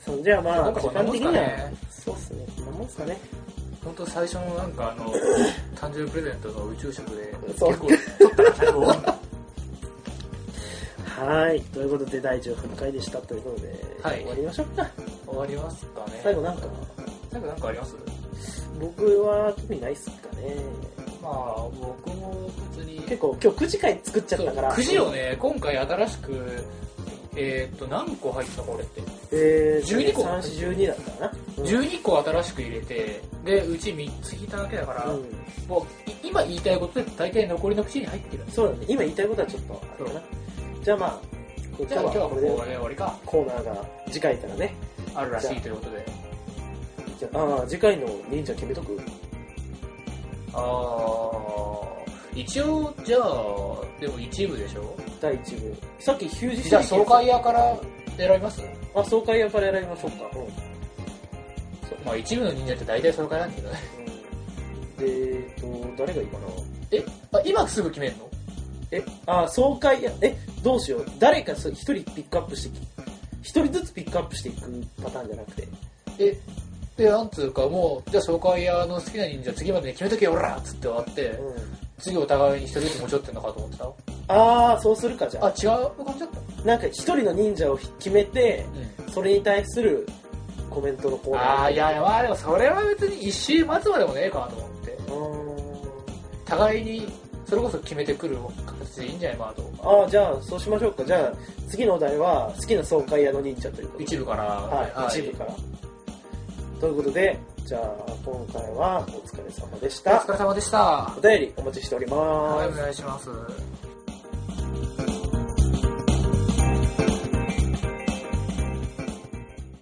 [SPEAKER 2] そうじゃあま
[SPEAKER 1] な
[SPEAKER 2] あ、
[SPEAKER 1] んか
[SPEAKER 2] 時
[SPEAKER 1] そんな
[SPEAKER 2] 間
[SPEAKER 1] もん
[SPEAKER 2] 的
[SPEAKER 1] す
[SPEAKER 2] に
[SPEAKER 1] か
[SPEAKER 2] は
[SPEAKER 1] ね。
[SPEAKER 2] そうっすね。こんなもんっすかね。
[SPEAKER 1] 本当最初のなんかあの誕生日プレゼントの宇宙食で結
[SPEAKER 2] そう
[SPEAKER 1] 構取ったから最後は
[SPEAKER 2] はい。ということで、第18回でしたということで、
[SPEAKER 1] はい
[SPEAKER 2] 終わりましょうか。
[SPEAKER 1] 終わりますかね
[SPEAKER 2] 最後なんか、
[SPEAKER 1] 最後なんかあります
[SPEAKER 2] 僕は特にないっすかね。
[SPEAKER 1] まあ僕も別に
[SPEAKER 2] 結構、今日9時回作っちゃったから。
[SPEAKER 1] くじを。ね今回新しくえーっと何個入ったのこれって
[SPEAKER 2] えー、
[SPEAKER 1] 12個
[SPEAKER 2] 3、12だったかな。うん
[SPEAKER 1] 12個新しく入れてでうち3つ引いただけだから、
[SPEAKER 2] うん
[SPEAKER 1] もうい今言いたいことで大体残りの口に入ってるんです
[SPEAKER 2] そうだね。今言いたいことはちょっとあれかな。じゃあまあ、今
[SPEAKER 1] じゃあ今日
[SPEAKER 2] 日
[SPEAKER 1] は
[SPEAKER 2] は
[SPEAKER 1] ここ
[SPEAKER 2] これ
[SPEAKER 1] で
[SPEAKER 2] で
[SPEAKER 1] 終わりか
[SPEAKER 2] コーナーが次回からね。
[SPEAKER 1] あるらしいということで
[SPEAKER 2] じゃあ、あー次回の忍者決めとく
[SPEAKER 1] あー一応じゃあでも一部でしょ
[SPEAKER 2] 第1部さっきヒュージ
[SPEAKER 1] じゃあ爽快屋から選びます
[SPEAKER 2] あ爽快屋から選びましょうか、うん
[SPEAKER 1] まあ一部の人間って大体爽快なんだけどね
[SPEAKER 2] でえっと誰がいいかな
[SPEAKER 1] えあ今すぐ決めんの
[SPEAKER 2] えあ爽快屋えどうしよう誰かそ一人ピックアップしてき一人ずつピックアップしていくパターンじゃなくて
[SPEAKER 1] えでなんつうかもうじゃあ爽快屋の好きな人間次までに決めとけよおらっつって終わって
[SPEAKER 2] うん
[SPEAKER 1] 次お互いに一人ずつ持ち寄ってんのかと思ってた
[SPEAKER 2] ああそうするかじゃ
[SPEAKER 1] あ
[SPEAKER 2] あ
[SPEAKER 1] 違う感じだった
[SPEAKER 2] なんか一人の忍者を決めて
[SPEAKER 1] うん
[SPEAKER 2] それに対するコメントのコーナー
[SPEAKER 1] ああいやいやまあでもそれは別に一周待つまでもねえかなと思って
[SPEAKER 2] うーん
[SPEAKER 1] 互いにそれこそ決めてくる形でいいんじゃないまあと
[SPEAKER 2] ああじゃあそうしましょうかじゃあ次のお題は好きな爽快屋の忍者ということで
[SPEAKER 1] 一部から
[SPEAKER 2] はい、一部から。ということで、じゃあ、今回はお疲れ様でし
[SPEAKER 1] お
[SPEAKER 2] た
[SPEAKER 1] 疲。れ様でした
[SPEAKER 2] お便りお待ちしており
[SPEAKER 1] はい
[SPEAKER 2] ま
[SPEAKER 1] お
[SPEAKER 2] す。
[SPEAKER 1] 願いします